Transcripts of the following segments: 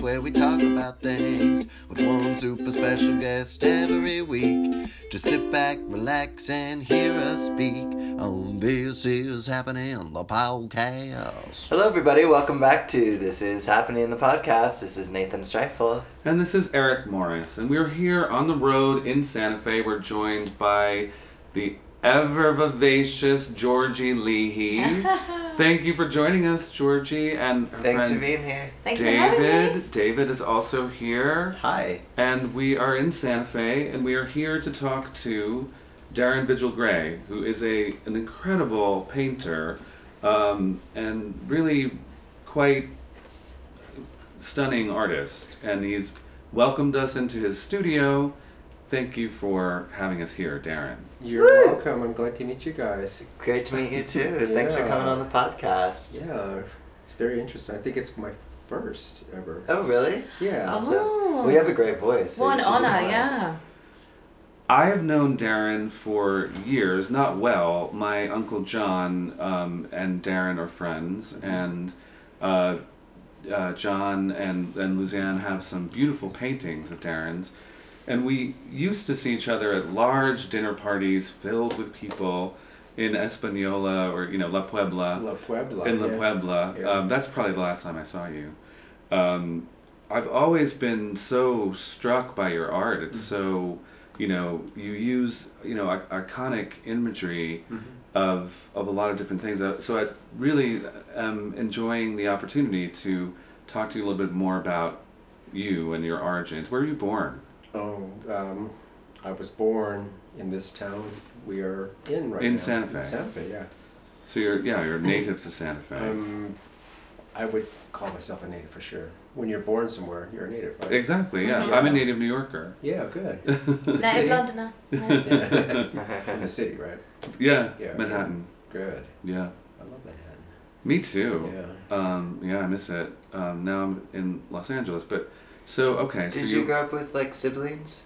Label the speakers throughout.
Speaker 1: where we talk about things with one super special guest every week. Just sit back, relax, and hear us speak on This Is Happening, the podcast.
Speaker 2: Hello, everybody. Welcome back to This Is Happening in the Podcast. This is Nathan Strifeful.
Speaker 3: And this is Eric Morris, and we're here on the road in Santa Fe. We're joined by the ever vivacious Georgie Leahy. Thank you for joining us, Georgie, and her
Speaker 2: Thanks
Speaker 3: friend
Speaker 2: for being here.
Speaker 4: Thanks for having me.
Speaker 3: David. David is also here,
Speaker 2: Hi.
Speaker 3: and we are in Santa Fe, and we are here to talk to Darren Vigil Gray, who is a an incredible painter, um, and really quite stunning artist, and he's welcomed us into his studio. Thank you for having us here, Darren.
Speaker 5: You're
Speaker 4: Woo!
Speaker 5: welcome. I'm glad to meet you guys.
Speaker 2: Great to meet you, too. Thanks for
Speaker 5: Yeah.
Speaker 2: coming on the podcast.
Speaker 5: Yeah, it's very interesting. I think it's my first ever.
Speaker 2: Oh, really?
Speaker 5: Yeah.
Speaker 2: Awesome.
Speaker 4: Oh.
Speaker 2: We have a great voice. so
Speaker 4: Well, and
Speaker 2: you should do
Speaker 4: Anna,
Speaker 2: more.
Speaker 4: yeah.
Speaker 3: I have known Darren for years, not well. My uncle John um, and Darren are friends, and uh, uh, John and, and Luzanne have some beautiful paintings of Darren's. And we used to see each other at large dinner parties filled with people in Española or, you know, La Puebla
Speaker 5: La Puebla.
Speaker 3: in La
Speaker 5: yeah.
Speaker 3: Puebla.
Speaker 5: Yeah.
Speaker 3: Um, that's probably the last time I saw you. Um, I've always been so struck by your art. It's
Speaker 5: Mm-hmm.
Speaker 3: so, you know, you use, you know, i- iconic imagery
Speaker 5: Mm-hmm.
Speaker 3: of of a lot of different things. Uh, So I really uh, am enjoying the opportunity to talk to you a little bit more about you and your origins. Where were you born?
Speaker 5: Oh, um, I was born in this town we are in right
Speaker 3: In
Speaker 5: now.
Speaker 3: Santa Fe.
Speaker 5: Santa Fe, yeah.
Speaker 3: So you're, yeah, you're native to Santa Fe.
Speaker 5: Um, I would call myself a native for sure. When you're born somewhere, you're a native, right?
Speaker 3: exactly. Yeah,
Speaker 5: Mhm.
Speaker 3: I'm a native New Yorker.
Speaker 5: yeah, good.
Speaker 4: Native
Speaker 5: City.
Speaker 4: Londoner. Yeah.
Speaker 5: Yeah. From the city, right?
Speaker 3: Yeah,
Speaker 5: Yeah.
Speaker 3: Manhattan.
Speaker 5: Good.
Speaker 3: Yeah,
Speaker 5: I love Manhattan.
Speaker 3: me too.
Speaker 5: Yeah.
Speaker 3: Um, yeah, I miss it. Um, now I'm in Los Angeles, but so okay. so
Speaker 2: Did you grow up with, like, siblings?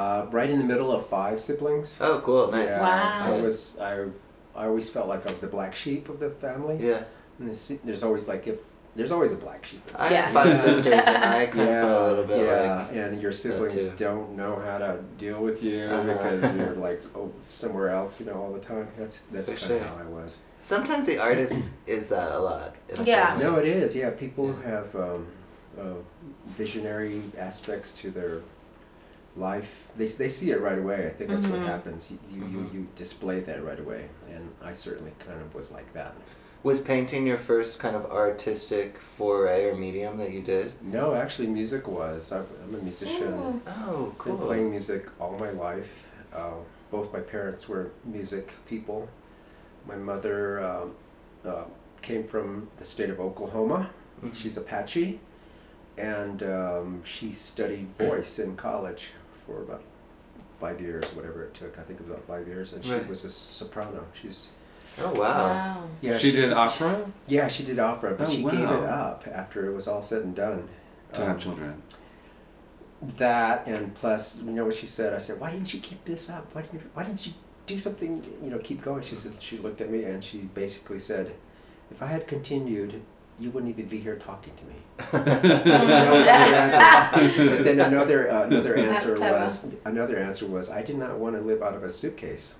Speaker 5: Uh, right in the middle of five siblings.
Speaker 2: Oh, cool. Nice.
Speaker 5: Yeah,
Speaker 4: Wow.
Speaker 5: I was I I always felt like I was the black sheep of the family.
Speaker 2: Yeah.
Speaker 5: And it's, there's always like if there's always a black sheep.
Speaker 2: I
Speaker 4: Yeah.
Speaker 2: have five
Speaker 5: Yeah.
Speaker 2: sisters, and I kind of felt a little bit
Speaker 5: yeah.
Speaker 2: like.
Speaker 5: and your siblings
Speaker 2: too.
Speaker 5: don't know how to deal with you
Speaker 2: Uh-huh.
Speaker 5: because you're like oh somewhere else, you know, all the time. That's that's
Speaker 2: For
Speaker 5: kind of
Speaker 2: sure.
Speaker 5: how I was.
Speaker 2: Sometimes the artist is that a lot. in a
Speaker 4: Yeah.
Speaker 2: family.
Speaker 5: No, it is. Yeah, people who have um, uh, visionary aspects to their life. They, they see it right away. I think that's
Speaker 4: Mhm.
Speaker 5: what happens. You you,
Speaker 2: Mhm.
Speaker 5: you you display that right away, and I certainly kind of was like that.
Speaker 2: Was painting your first kind of artistic foray or medium that you did?
Speaker 5: No, actually, music was. I'm, I'm a musician.
Speaker 4: Mm.
Speaker 2: Oh,
Speaker 5: Been playing music all my life. Uh, both my parents were music people. My mother um, uh, came from the state of Oklahoma.
Speaker 3: Mm-hmm.
Speaker 5: She's Apache, and um, she studied voice in college for about five years, whatever it took. I think it was about five years, and
Speaker 2: Right.
Speaker 5: she was a soprano. She's
Speaker 2: Oh, wow.
Speaker 4: Wow.
Speaker 5: yeah.
Speaker 3: she
Speaker 5: she's-
Speaker 3: did opera
Speaker 5: Yeah, she did opera, but
Speaker 3: Oh,
Speaker 5: she gave
Speaker 3: wow.
Speaker 5: it up after it was all said and done.
Speaker 3: to
Speaker 5: Um,
Speaker 3: have children.
Speaker 5: that and plus you know what she said i said why didn't you keep this up why didn't you, why didn't you do something you know keep going she said she looked at me and she basically said if i had continued you wouldn't even be here talking to me That was another answer. but then another uh, another
Speaker 4: That's
Speaker 5: answer
Speaker 4: clever.
Speaker 5: was another answer was i did not want to live out of a suitcase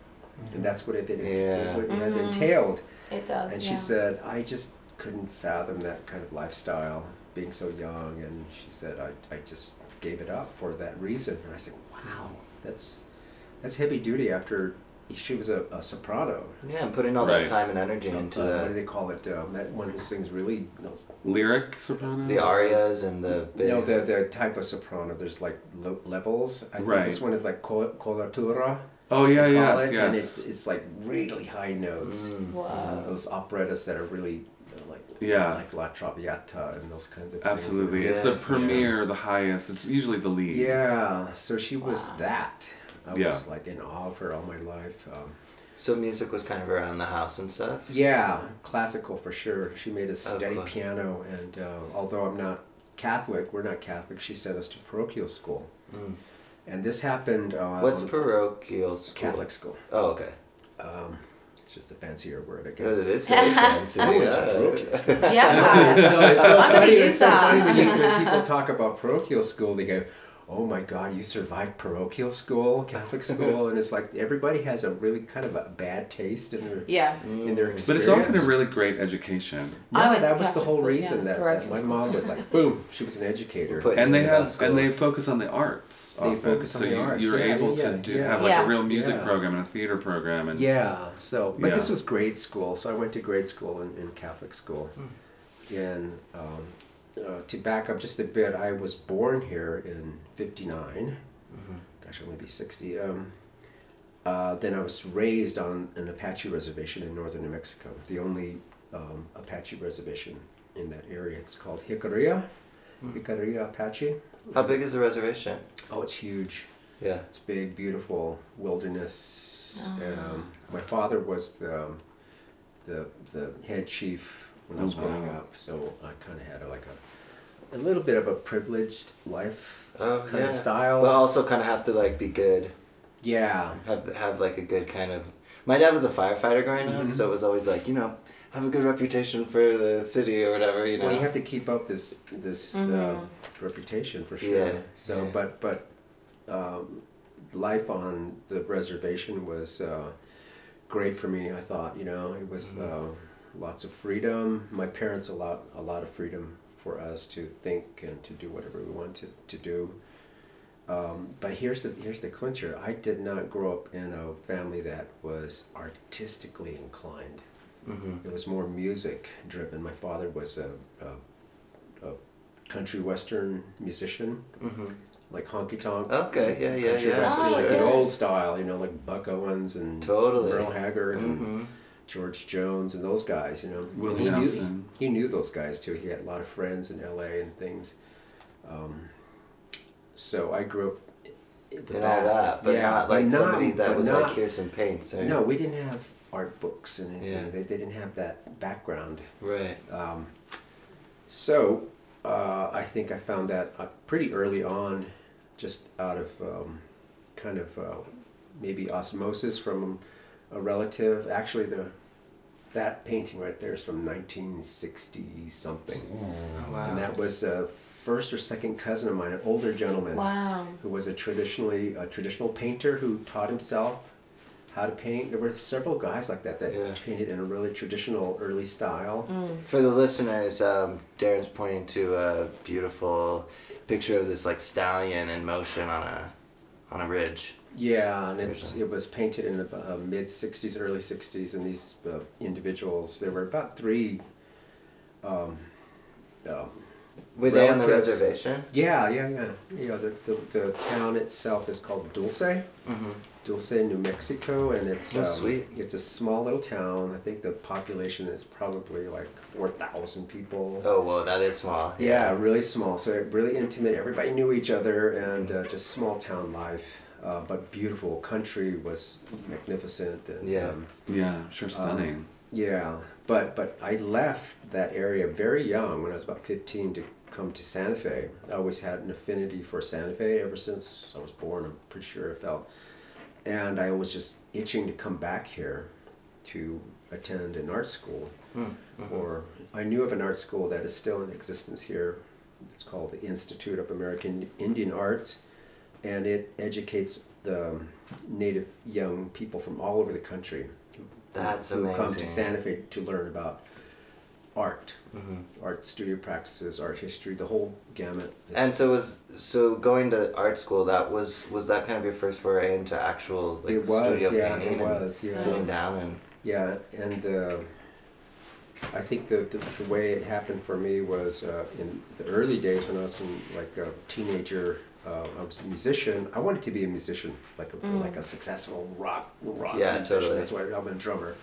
Speaker 5: and that's what it, it,
Speaker 2: Yeah.
Speaker 5: what it had
Speaker 4: Mhm.
Speaker 5: entailed
Speaker 4: It does.
Speaker 5: and
Speaker 4: yeah.
Speaker 5: she said, I just couldn't fathom that kind of lifestyle, being so young. And she said, I, I just gave it up for that reason. And I said, wow, that's that's heavy duty after she was a, a soprano.
Speaker 2: Yeah, and putting all
Speaker 3: Right.
Speaker 2: that time and energy into
Speaker 5: Uh, what do
Speaker 2: the,
Speaker 5: they call it? Um, that one who sings really. those-
Speaker 3: Lyric soprano.
Speaker 2: the arias and the big.
Speaker 5: No, the, the type of soprano, there's like lo- levels. I
Speaker 3: Right.
Speaker 5: think this one is like col- coloratura.
Speaker 3: Oh yeah,
Speaker 5: they call
Speaker 3: yes,
Speaker 5: it, And
Speaker 3: yes.
Speaker 5: it's, it's like really high notes.
Speaker 2: Mm.
Speaker 5: Uh,
Speaker 4: Whoa.
Speaker 5: those operettas that are really uh, like
Speaker 3: Yeah.
Speaker 5: like La Traviata and those kinds of
Speaker 3: Absolutely,
Speaker 5: things.
Speaker 3: it's the
Speaker 2: Yeah, for sure.
Speaker 3: premiere, the highest. It's usually the lead.
Speaker 5: Yeah, so she was
Speaker 4: Wow.
Speaker 5: that. I
Speaker 3: Yeah.
Speaker 5: was like in awe of her all my life. Um,
Speaker 2: So music was kind of around the house and stuff?
Speaker 5: yeah, classical for sure. She made us
Speaker 2: Oh,
Speaker 5: study
Speaker 2: cool.
Speaker 5: piano, and uh, although I'm not Catholic, we're not Catholic. She sent us to parochial school,
Speaker 2: Mm.
Speaker 5: and this happened. Uh,
Speaker 2: What's
Speaker 5: on
Speaker 2: parochial school?
Speaker 5: Catholic school?
Speaker 2: Oh, okay.
Speaker 5: Um, It's just a fancier word, I
Speaker 2: Oh, It
Speaker 5: guess.
Speaker 2: is very fancy.
Speaker 5: Oh, it's
Speaker 2: yeah.
Speaker 5: parochial school.
Speaker 3: Yeah.
Speaker 5: it's so, it's
Speaker 3: I'm
Speaker 5: so funny.
Speaker 3: gonna
Speaker 5: it's
Speaker 4: use
Speaker 5: so
Speaker 4: that.
Speaker 5: funny when, you, when people talk about parochial school, they go, "Oh my God, you survived parochial school, Catholic school," and it's like everybody has a really kind of a bad taste in their
Speaker 4: Yeah.
Speaker 5: in their experience.
Speaker 3: But it's often a really great education.
Speaker 5: Yeah,
Speaker 4: I went to
Speaker 5: that was the
Speaker 4: Oh, Catholic
Speaker 5: whole
Speaker 4: school,
Speaker 5: reason
Speaker 4: yeah,
Speaker 5: that, that
Speaker 4: parochial
Speaker 5: my
Speaker 4: school.
Speaker 5: mom was like, boom, she was an educator.
Speaker 2: Put-
Speaker 3: and they
Speaker 2: Yeah,
Speaker 3: have
Speaker 2: school.
Speaker 3: and they focus on the arts.
Speaker 5: They
Speaker 3: often.
Speaker 5: focus on
Speaker 3: so
Speaker 5: the
Speaker 3: you,
Speaker 5: arts,
Speaker 3: You're
Speaker 5: yeah,
Speaker 3: able
Speaker 5: yeah,
Speaker 3: to do,
Speaker 5: yeah.
Speaker 3: have like
Speaker 4: Yeah.
Speaker 3: a real music
Speaker 5: Yeah.
Speaker 3: program and a theater program and
Speaker 5: yeah, so but this
Speaker 3: Yeah.
Speaker 5: was grade school, so I went to grade school in, in Catholic school, and um, uh, to back up just a bit, I was born here in '59. Gosh, I'm gonna be sixty. Um, uh, then I was raised on an Apache reservation in northern New Mexico, the only um, Apache reservation in that area. It's called Jicaria, Jicaria Apache.
Speaker 2: How big is the reservation?
Speaker 5: Oh, it's huge.
Speaker 2: Yeah.
Speaker 5: It's big, beautiful wilderness. Um,
Speaker 2: Ah.
Speaker 5: my father was the, um, the the head chief when I was
Speaker 3: Oh,
Speaker 5: growing
Speaker 3: wow.
Speaker 5: up, so I kind of had a, like a a little bit of a privileged life
Speaker 2: Oh,
Speaker 5: kind
Speaker 2: yeah.
Speaker 5: of style.
Speaker 2: But also kind of have to like be good.
Speaker 5: yeah,
Speaker 2: Have have like a good kind of. My dad was a firefighter growing
Speaker 5: Mm-hmm.
Speaker 2: up, so it was always like you know have a good reputation for the city or whatever. You know.
Speaker 5: well, you have to keep up this this uh, reputation for sure.
Speaker 2: Yeah,
Speaker 5: So,
Speaker 2: yeah.
Speaker 5: but but um, life on the reservation was uh, great for me. I thought, you know, it was
Speaker 2: Mm-hmm.
Speaker 5: uh, lots of freedom. My parents allowed a lot of freedom for us to think and to do whatever we wanted to do. Um, but here's the here's the clincher. I did not grow up in a family that was artistically inclined. It was more music driven. My father was a, a, a country western musician, like honky tonk.
Speaker 2: Okay, yeah, yeah,
Speaker 5: country
Speaker 2: yeah,
Speaker 5: western,
Speaker 4: Oh,
Speaker 5: like the
Speaker 4: yeah.
Speaker 5: old style, you know, like Buck Owens and
Speaker 2: Totally. Mm-hmm.
Speaker 5: Merle Haggard and George Jones and those guys, you know.
Speaker 3: Willie
Speaker 5: And he
Speaker 3: Nelson.
Speaker 5: Knew, he knew those guys too. He had a lot of friends in L.A. and things. Um, so I grew up. With
Speaker 2: and all that, but not like
Speaker 5: but not-
Speaker 2: somebody that
Speaker 5: but
Speaker 2: was
Speaker 5: not-
Speaker 2: like here's some paints. or-
Speaker 5: no, we didn't have art books and anything.
Speaker 2: Yeah.
Speaker 5: They, they didn't have that background.
Speaker 2: Right.
Speaker 5: So uh, I think I found that uh, pretty early on, just out of um, kind of uh, maybe osmosis from a relative. Actually, the that painting right there is from 1960 something, and that was a first or second cousin of mine, an older gentleman
Speaker 4: Wow.
Speaker 5: who was a traditionally a traditional painter who taught himself how to paint. There were several guys like that that
Speaker 2: Yeah.
Speaker 5: painted in a really traditional early style.
Speaker 2: For the listeners, um, Darren's pointing to a beautiful picture of this like stallion in motion on a on a ridge.
Speaker 5: Yeah, and it's it was painted in the uh, mid '60s, early '60s, and these uh, individuals. There were about three. Um, um,
Speaker 2: Were they on the
Speaker 5: Relatives.
Speaker 2: reservation?
Speaker 5: yeah, yeah, yeah. Yeah, the, the, the town itself is called Dulce, Dulce, New Mexico, and it's um,
Speaker 2: Oh, sweet.
Speaker 5: it's a small little town. I think the population is probably like four thousand people.
Speaker 2: Oh, whoa, that is small.
Speaker 5: Yeah, really small. So really intimate. Everybody knew each other, and uh, just small town life. Uh, but beautiful country was magnificent. And,
Speaker 2: Yeah.
Speaker 5: um,
Speaker 3: yeah, I'm sure stunning.
Speaker 5: yeah. But but I left that area very young when I was about fifteen to come to Santa Fe. I always had an affinity for Santa Fe ever since I was born. I'm pretty sure I felt, and I was just itching to come back here to attend an art school, or I knew of an art school that is still in existence here. It's called the Institute of American Indian Arts, and it educates the native young people from all over the country
Speaker 2: That's
Speaker 5: who come
Speaker 2: amazing.
Speaker 5: to Santa Fe to learn about art,
Speaker 2: Mm-hmm.
Speaker 5: art studio practices, art history, the whole gamut.
Speaker 2: And so was so going to art school. That was was that kind of your first foray into actual like
Speaker 5: It was,
Speaker 2: studio
Speaker 5: yeah,
Speaker 2: painting
Speaker 5: it was,
Speaker 2: and
Speaker 5: yeah.
Speaker 2: sitting down and
Speaker 5: yeah, and uh, I think the, the the way it happened for me was uh, in the early days when I was in, like a teenager. Uh, I was a musician. I wanted to be a musician, like a, like a successful rock rock
Speaker 2: Yeah,
Speaker 5: musician.
Speaker 2: totally.
Speaker 5: That's why I'm a drummer.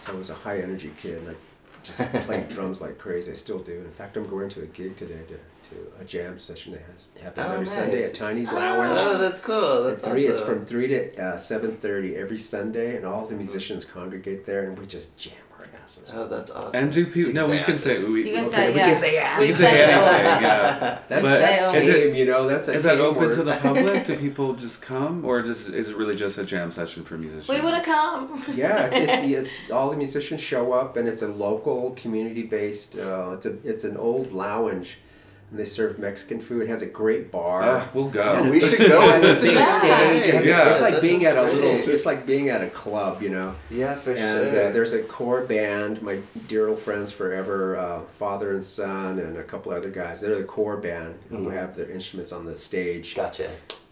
Speaker 5: So I was a high energy kid, and I just played drums like crazy. I still do. In fact, I'm going to a gig today to, to a jam session that has, happens
Speaker 2: Oh,
Speaker 5: every
Speaker 2: nice.
Speaker 5: Sunday at Tiny's Lounge.
Speaker 2: oh, that's cool.
Speaker 5: At
Speaker 2: That's
Speaker 5: three, it's
Speaker 2: awesome.
Speaker 5: from three to uh, seven thirty every Sunday, and all the musicians congregate there, and we just jam around. asses.
Speaker 2: Oh, that's awesome.
Speaker 3: And do people?
Speaker 2: You can
Speaker 3: No, we can
Speaker 2: asses.
Speaker 3: say we.
Speaker 4: You can
Speaker 3: we
Speaker 4: say,
Speaker 5: we
Speaker 4: yeah.
Speaker 5: can say ass.
Speaker 4: We
Speaker 3: can
Speaker 4: can
Speaker 3: say
Speaker 4: say
Speaker 3: anything. Yeah.
Speaker 5: That's,
Speaker 3: But
Speaker 5: that's
Speaker 4: is
Speaker 5: tame,
Speaker 3: it-
Speaker 5: you know. That's a
Speaker 3: Is that
Speaker 5: tame
Speaker 3: open
Speaker 5: word.
Speaker 3: to the public? Do people just come, or just is it really just a jam session for musicians?
Speaker 4: We would have come.
Speaker 5: yeah, it's, it's, it's all the musicians show up, and it's a local community based. Uh, it's a it's an old lounge, and they serve Mexican food. It has a great bar.
Speaker 3: Uh, we'll go.
Speaker 2: Yeah, we should
Speaker 5: It
Speaker 2: go.
Speaker 5: has a
Speaker 2: That's
Speaker 5: big
Speaker 4: Yeah.
Speaker 5: stage. It has a-
Speaker 3: Yeah.
Speaker 5: It's like
Speaker 2: That's
Speaker 5: being at a
Speaker 2: great.
Speaker 5: little. It's like being at a club, you know.
Speaker 2: Yeah, for
Speaker 5: And
Speaker 2: sure.
Speaker 5: uh, there's a core band, my dear old friends forever, uh, father and son, and a couple other guys. They're the core band
Speaker 2: Mm-hmm.
Speaker 5: who have their instruments on the stage
Speaker 2: gotcha.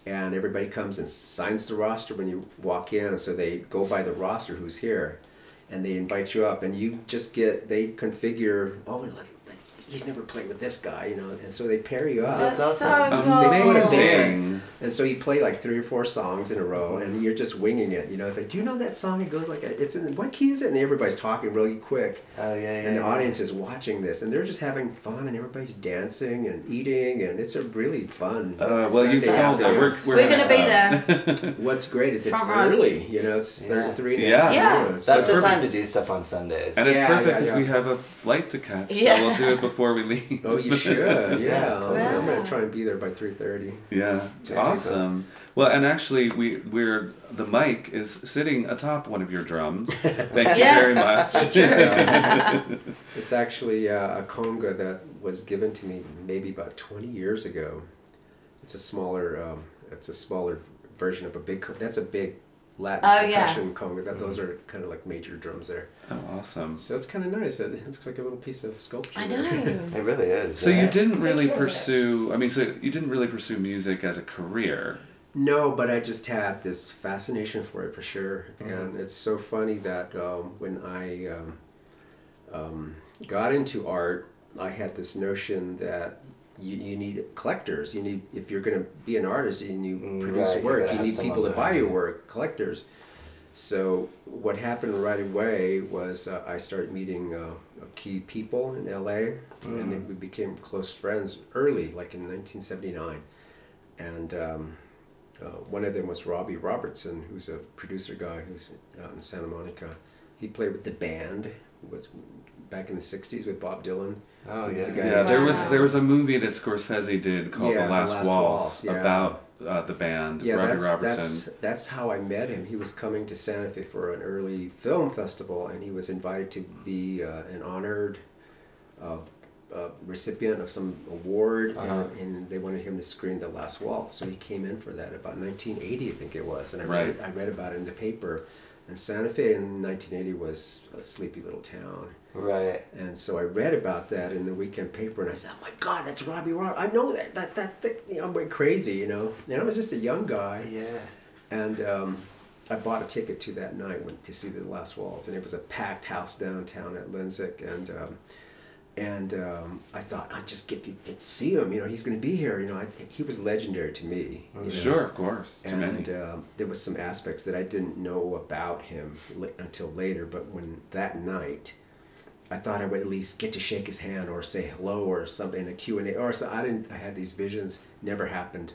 Speaker 5: and everybody comes and signs the roster when you walk in and so they go by the roster who's here and they invite you up and you just get they configure oh like, like, he's never played with this guy you know and so they pair you up
Speaker 4: That's,
Speaker 2: That's
Speaker 4: so
Speaker 2: awesome.
Speaker 4: cool.
Speaker 3: Um,
Speaker 5: they put a
Speaker 3: Amazing.
Speaker 5: band, and so you play like three or four songs in a row, and you're just winging it. You know, it's like, do you know that song? It goes like, it's in what key is it? And everybody's talking really quick,
Speaker 2: Oh yeah, yeah.
Speaker 5: and the
Speaker 2: yeah.
Speaker 5: audience is watching this, and they're just having fun, and everybody's dancing and eating, and it's a really fun.
Speaker 3: Uh, well, you sold
Speaker 5: Sunday
Speaker 3: it.
Speaker 5: afternoon.
Speaker 3: We're, we're,
Speaker 4: We're gonna
Speaker 3: be there.
Speaker 5: What's great is it's
Speaker 4: From our-
Speaker 5: early, you know, it's
Speaker 2: Yeah.
Speaker 5: thirty three.
Speaker 3: Yeah.
Speaker 4: Yeah.
Speaker 2: That's
Speaker 3: So
Speaker 2: the
Speaker 3: perfect.
Speaker 2: time to do stuff on Sundays.
Speaker 3: and it's
Speaker 5: Yeah,
Speaker 3: perfect
Speaker 5: yeah,
Speaker 3: because
Speaker 5: yeah.
Speaker 3: we have a flight to catch,
Speaker 4: Yeah.
Speaker 3: so we'll do it before we leave.
Speaker 5: Oh, you should. Yeah,
Speaker 2: Yeah,
Speaker 5: I'm- I'm
Speaker 4: totally.
Speaker 5: gonna try and be there by three thirty.
Speaker 3: yeah,
Speaker 5: Just do
Speaker 3: awesome. Well, and actually, we we're the mic is sitting atop one of your drums. Thank
Speaker 4: Yes.
Speaker 3: you very much.
Speaker 5: It's actually uh, a conga that was given to me maybe about twenty years ago. It's a smaller, um, it's a smaller version of a big. Conga. That's a big Latin
Speaker 4: Oh, yeah.
Speaker 5: percussion conga. That those are kind of like major drums there.
Speaker 3: oh, awesome.
Speaker 5: So it's kind of nice. It, it looks like a little piece of sculpture.
Speaker 4: I
Speaker 5: there.
Speaker 4: know.
Speaker 2: It really is.
Speaker 3: So
Speaker 2: yeah.
Speaker 3: you didn't really
Speaker 4: Sure.
Speaker 3: pursue. I mean, so you didn't really pursue music as a career.
Speaker 5: No, but I just had this fascination for it for sure,
Speaker 2: Uh-huh.
Speaker 5: and it's so funny that um, when I um, um, got into art, I had this notion that you, you need collectors. You need if you're going to be an artist and you
Speaker 2: Mm,
Speaker 5: produce
Speaker 2: right, you
Speaker 5: work,
Speaker 2: gotta
Speaker 5: you
Speaker 2: have
Speaker 5: need
Speaker 2: someone
Speaker 5: people to buy
Speaker 2: behind
Speaker 5: your
Speaker 2: you.
Speaker 5: work, collectors. So what happened right away was uh, I started meeting uh, key people in LA,
Speaker 2: Mm.
Speaker 5: and then we became close friends early, like in 1979, and. Um, uh, one of them was Robbie Robertson, who's a producer guy who's out in Santa Monica. He played with the band, was back in the '60s with Bob Dylan.
Speaker 2: Oh
Speaker 5: He's
Speaker 2: yeah.
Speaker 5: a guy-
Speaker 3: Yeah, there was
Speaker 4: Wow.
Speaker 3: there was a movie that Scorsese did called
Speaker 5: Yeah,
Speaker 3: The Last, Waltz,
Speaker 5: Waltz, yeah.
Speaker 3: about uh, the band
Speaker 5: Yeah,
Speaker 3: Robbie
Speaker 5: that's,
Speaker 3: Robertson.
Speaker 5: that's that's how I met him. He was coming to Santa Fe for an early film festival, and he was invited to be uh, an honored uh, uh, recipient of some award,
Speaker 2: Uh-huh.
Speaker 5: and, and they wanted him to screen The Last Waltz. So he came in for that about 1980, I think it was, and I read
Speaker 3: Right.
Speaker 5: I read about it in the paper. And Santa Fe in 1980 was a sleepy little town.
Speaker 2: Right.
Speaker 5: And so I read about that in the weekend paper, and I said, "Oh my God, that's Robbie Rob. I know that. That that, that you know, I went crazy, you know." And I was just a young guy,
Speaker 2: Yeah.
Speaker 5: and um, I bought a ticket to that night went to see the Last Waltz, and it was a packed house downtown at Linsick, and um, and um, I thought I just get to, get to see him. You know, he's going to be here. You know, I, he was legendary to me. you know.
Speaker 3: Sure, of course. To
Speaker 5: And
Speaker 3: many.
Speaker 5: um, there was some aspects that I didn't know about him li- until later. But when that night, I thought I would at least get to shake his hand or say hello or something, a Q and A. Or so I didn't. I had these visions. Never happened.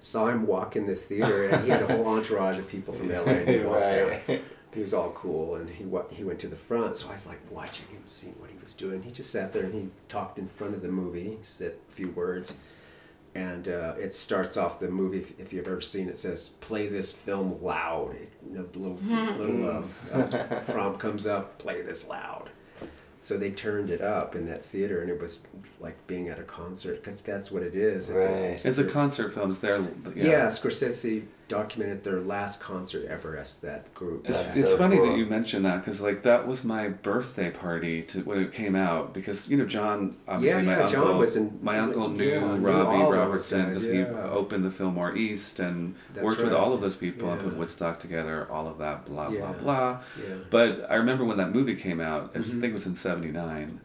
Speaker 5: Saw him walk in the theater, and he had a whole entourage of people from LA. He walked
Speaker 2: Right.
Speaker 5: down. He was all cool, and he wa- he went to the front. So I was like watching him, seeing what he was doing. He just sat there and he talked in front of the movie, He said a few words, and uh, it starts off the movie. If, if you've ever seen it, says play this film loud. It, a little little uh,
Speaker 2: Mm.
Speaker 5: uh, prompt comes up, play this loud. So they turned it up in that theater, and it was like being at a concert because that's what it is. It's
Speaker 2: Right.
Speaker 5: a,
Speaker 3: it's a concert film. It's their
Speaker 5: yeah. Scorsese documented their last concert ever as that group.
Speaker 3: It's,
Speaker 2: That's
Speaker 3: it's
Speaker 2: so
Speaker 3: funny that
Speaker 2: cool.
Speaker 3: you mentioned that because like that was my birthday party to when it came out because you know John obviously
Speaker 5: Yeah,
Speaker 3: my
Speaker 5: yeah,
Speaker 3: uncle
Speaker 5: John was in-
Speaker 3: my uncle knew
Speaker 5: yeah, knew
Speaker 3: Robbie
Speaker 5: all those
Speaker 3: Robertson
Speaker 5: guys,
Speaker 3: because he
Speaker 5: yeah.
Speaker 3: opened the Fillmore East and
Speaker 5: That's
Speaker 3: worked with
Speaker 5: right.
Speaker 3: all of those people and
Speaker 5: Yeah.
Speaker 3: put Woodstock together all of that blah blah
Speaker 5: Yeah.
Speaker 3: blah
Speaker 5: Yeah.
Speaker 3: but I remember when that movie came out I
Speaker 5: Mm-hmm.
Speaker 3: just think it was in '79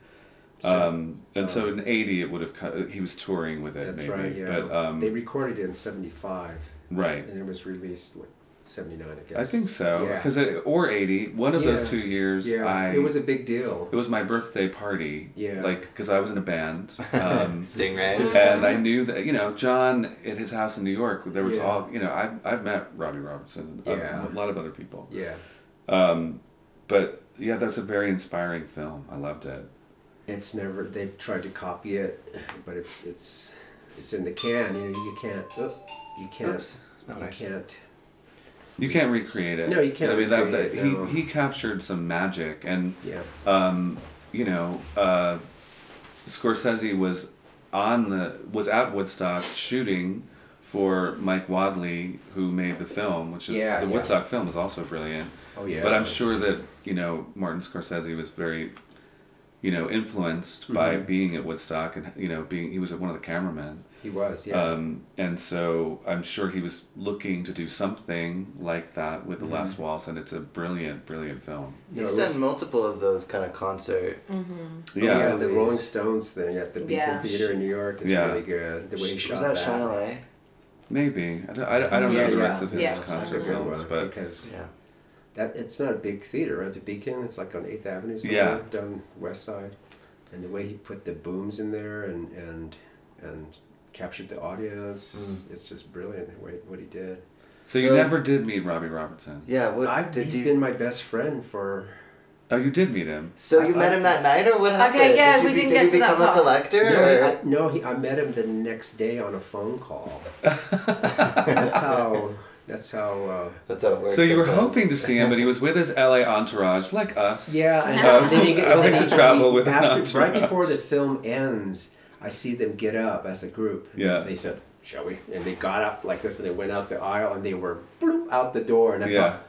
Speaker 3: um, and so in '80 it would have co- he was touring with it
Speaker 5: Oh. That's
Speaker 3: maybe
Speaker 5: right. Yeah,
Speaker 3: but um,
Speaker 5: they recorded it in '75,
Speaker 3: right
Speaker 5: and it was released like '79, I guess.
Speaker 3: I think so
Speaker 5: Yeah.
Speaker 3: because or '80 one of
Speaker 5: Yeah.
Speaker 3: those two years
Speaker 5: yeah,
Speaker 3: I
Speaker 5: it was a big deal.
Speaker 3: it was my birthday party.
Speaker 5: Yeah.
Speaker 3: Like, because I was in a band. Um,
Speaker 2: Stingrays.
Speaker 3: and I knew that, you know, John at his house in New York, there was
Speaker 5: Yeah.
Speaker 3: all, you know, I've, I've met Robbie Robertson, uh,
Speaker 5: Yeah.
Speaker 3: a lot of other people.
Speaker 5: Yeah,
Speaker 3: But yeah, that's a very inspiring film. I loved it.
Speaker 5: It's never they've tried to copy it, but it's it's it's in the can. You know, you can't oh, you can't
Speaker 2: Oops. Oh,
Speaker 5: you
Speaker 2: Not nice.
Speaker 5: can't.
Speaker 3: You can't recreate it.
Speaker 5: No, you can't
Speaker 3: I mean, that,
Speaker 5: recreate
Speaker 3: that,
Speaker 5: it, no.
Speaker 3: he, he captured some magic, and
Speaker 5: Yeah,
Speaker 3: um, you know, uh, Scorsese was on the was at Woodstock shooting for Mike Wadley, who made the film, which is
Speaker 5: Yeah,
Speaker 3: the
Speaker 5: yeah.
Speaker 3: Woodstock film is also brilliant.
Speaker 5: Oh, yeah.
Speaker 3: But I'm sure that you know Martin Scorsese was very, you know, influenced
Speaker 5: Mm-hmm.
Speaker 3: by being at Woodstock, and you know, being he was one of the cameramen.
Speaker 5: he was. Yeah,
Speaker 3: Um, and so I'm sure he was looking to do something like that with The Last
Speaker 5: Mm-hmm.
Speaker 3: Waltz, and it's a brilliant, brilliant film.
Speaker 5: No, it
Speaker 2: He's
Speaker 5: was-
Speaker 2: done multiple of those kind of concert.
Speaker 4: Mm-hmm.
Speaker 5: oh, yeah,
Speaker 3: Yeah.
Speaker 5: the Rolling Stones thing at the Beacon
Speaker 4: Yeah.
Speaker 5: Theater in New York is
Speaker 3: Yeah.
Speaker 5: really good. The way he
Speaker 2: Was
Speaker 5: shot
Speaker 2: that Shine a Light?
Speaker 3: Maybe. I don't, I don't- I don't
Speaker 5: Yeah,
Speaker 3: know the
Speaker 5: yeah.
Speaker 3: rest of his
Speaker 4: Yeah,
Speaker 5: That's a
Speaker 3: concert
Speaker 4: sounds like
Speaker 5: good
Speaker 3: films,
Speaker 5: one
Speaker 3: but
Speaker 5: because
Speaker 2: Yeah.
Speaker 5: that it's not a big theater right? the Beacon. It's like on Eighth Avenue, somewhere
Speaker 3: Yeah.
Speaker 5: down West Side, and the way he put the booms in there and and and captured the audience, it's just brilliant what what he did.
Speaker 3: so, you
Speaker 2: So-
Speaker 3: never did meet Robbie Robertson.
Speaker 2: Yeah. What
Speaker 5: I've,
Speaker 2: did
Speaker 5: he's
Speaker 2: you?
Speaker 5: been my best friend for
Speaker 3: Oh, you did meet him.
Speaker 2: so you met him that night, or what happened?
Speaker 4: yeah,
Speaker 2: did you
Speaker 4: we
Speaker 2: be-
Speaker 4: didn't
Speaker 2: did
Speaker 4: get
Speaker 2: he
Speaker 4: to that
Speaker 2: become a
Speaker 4: part.
Speaker 2: collector? or-
Speaker 5: no, I, no he, I met him the next day on a phone call. that's how. That's how. Uh,
Speaker 2: That's how it works.
Speaker 3: So you were
Speaker 2: sometimes.
Speaker 3: hoping to see him, but he was with his LA entourage, like us.
Speaker 5: Yeah, and
Speaker 4: Um,
Speaker 5: then you get,
Speaker 3: I like
Speaker 5: then
Speaker 3: to
Speaker 5: you-
Speaker 3: travel with an
Speaker 5: after, right
Speaker 3: entourage.
Speaker 5: before the film ends. I see them get up as a group.
Speaker 3: Yeah.
Speaker 5: they said, "Shall we?" And they got up like this, and they went out the aisle, and they were bloop out the door. And I
Speaker 3: Yeah.
Speaker 5: thought,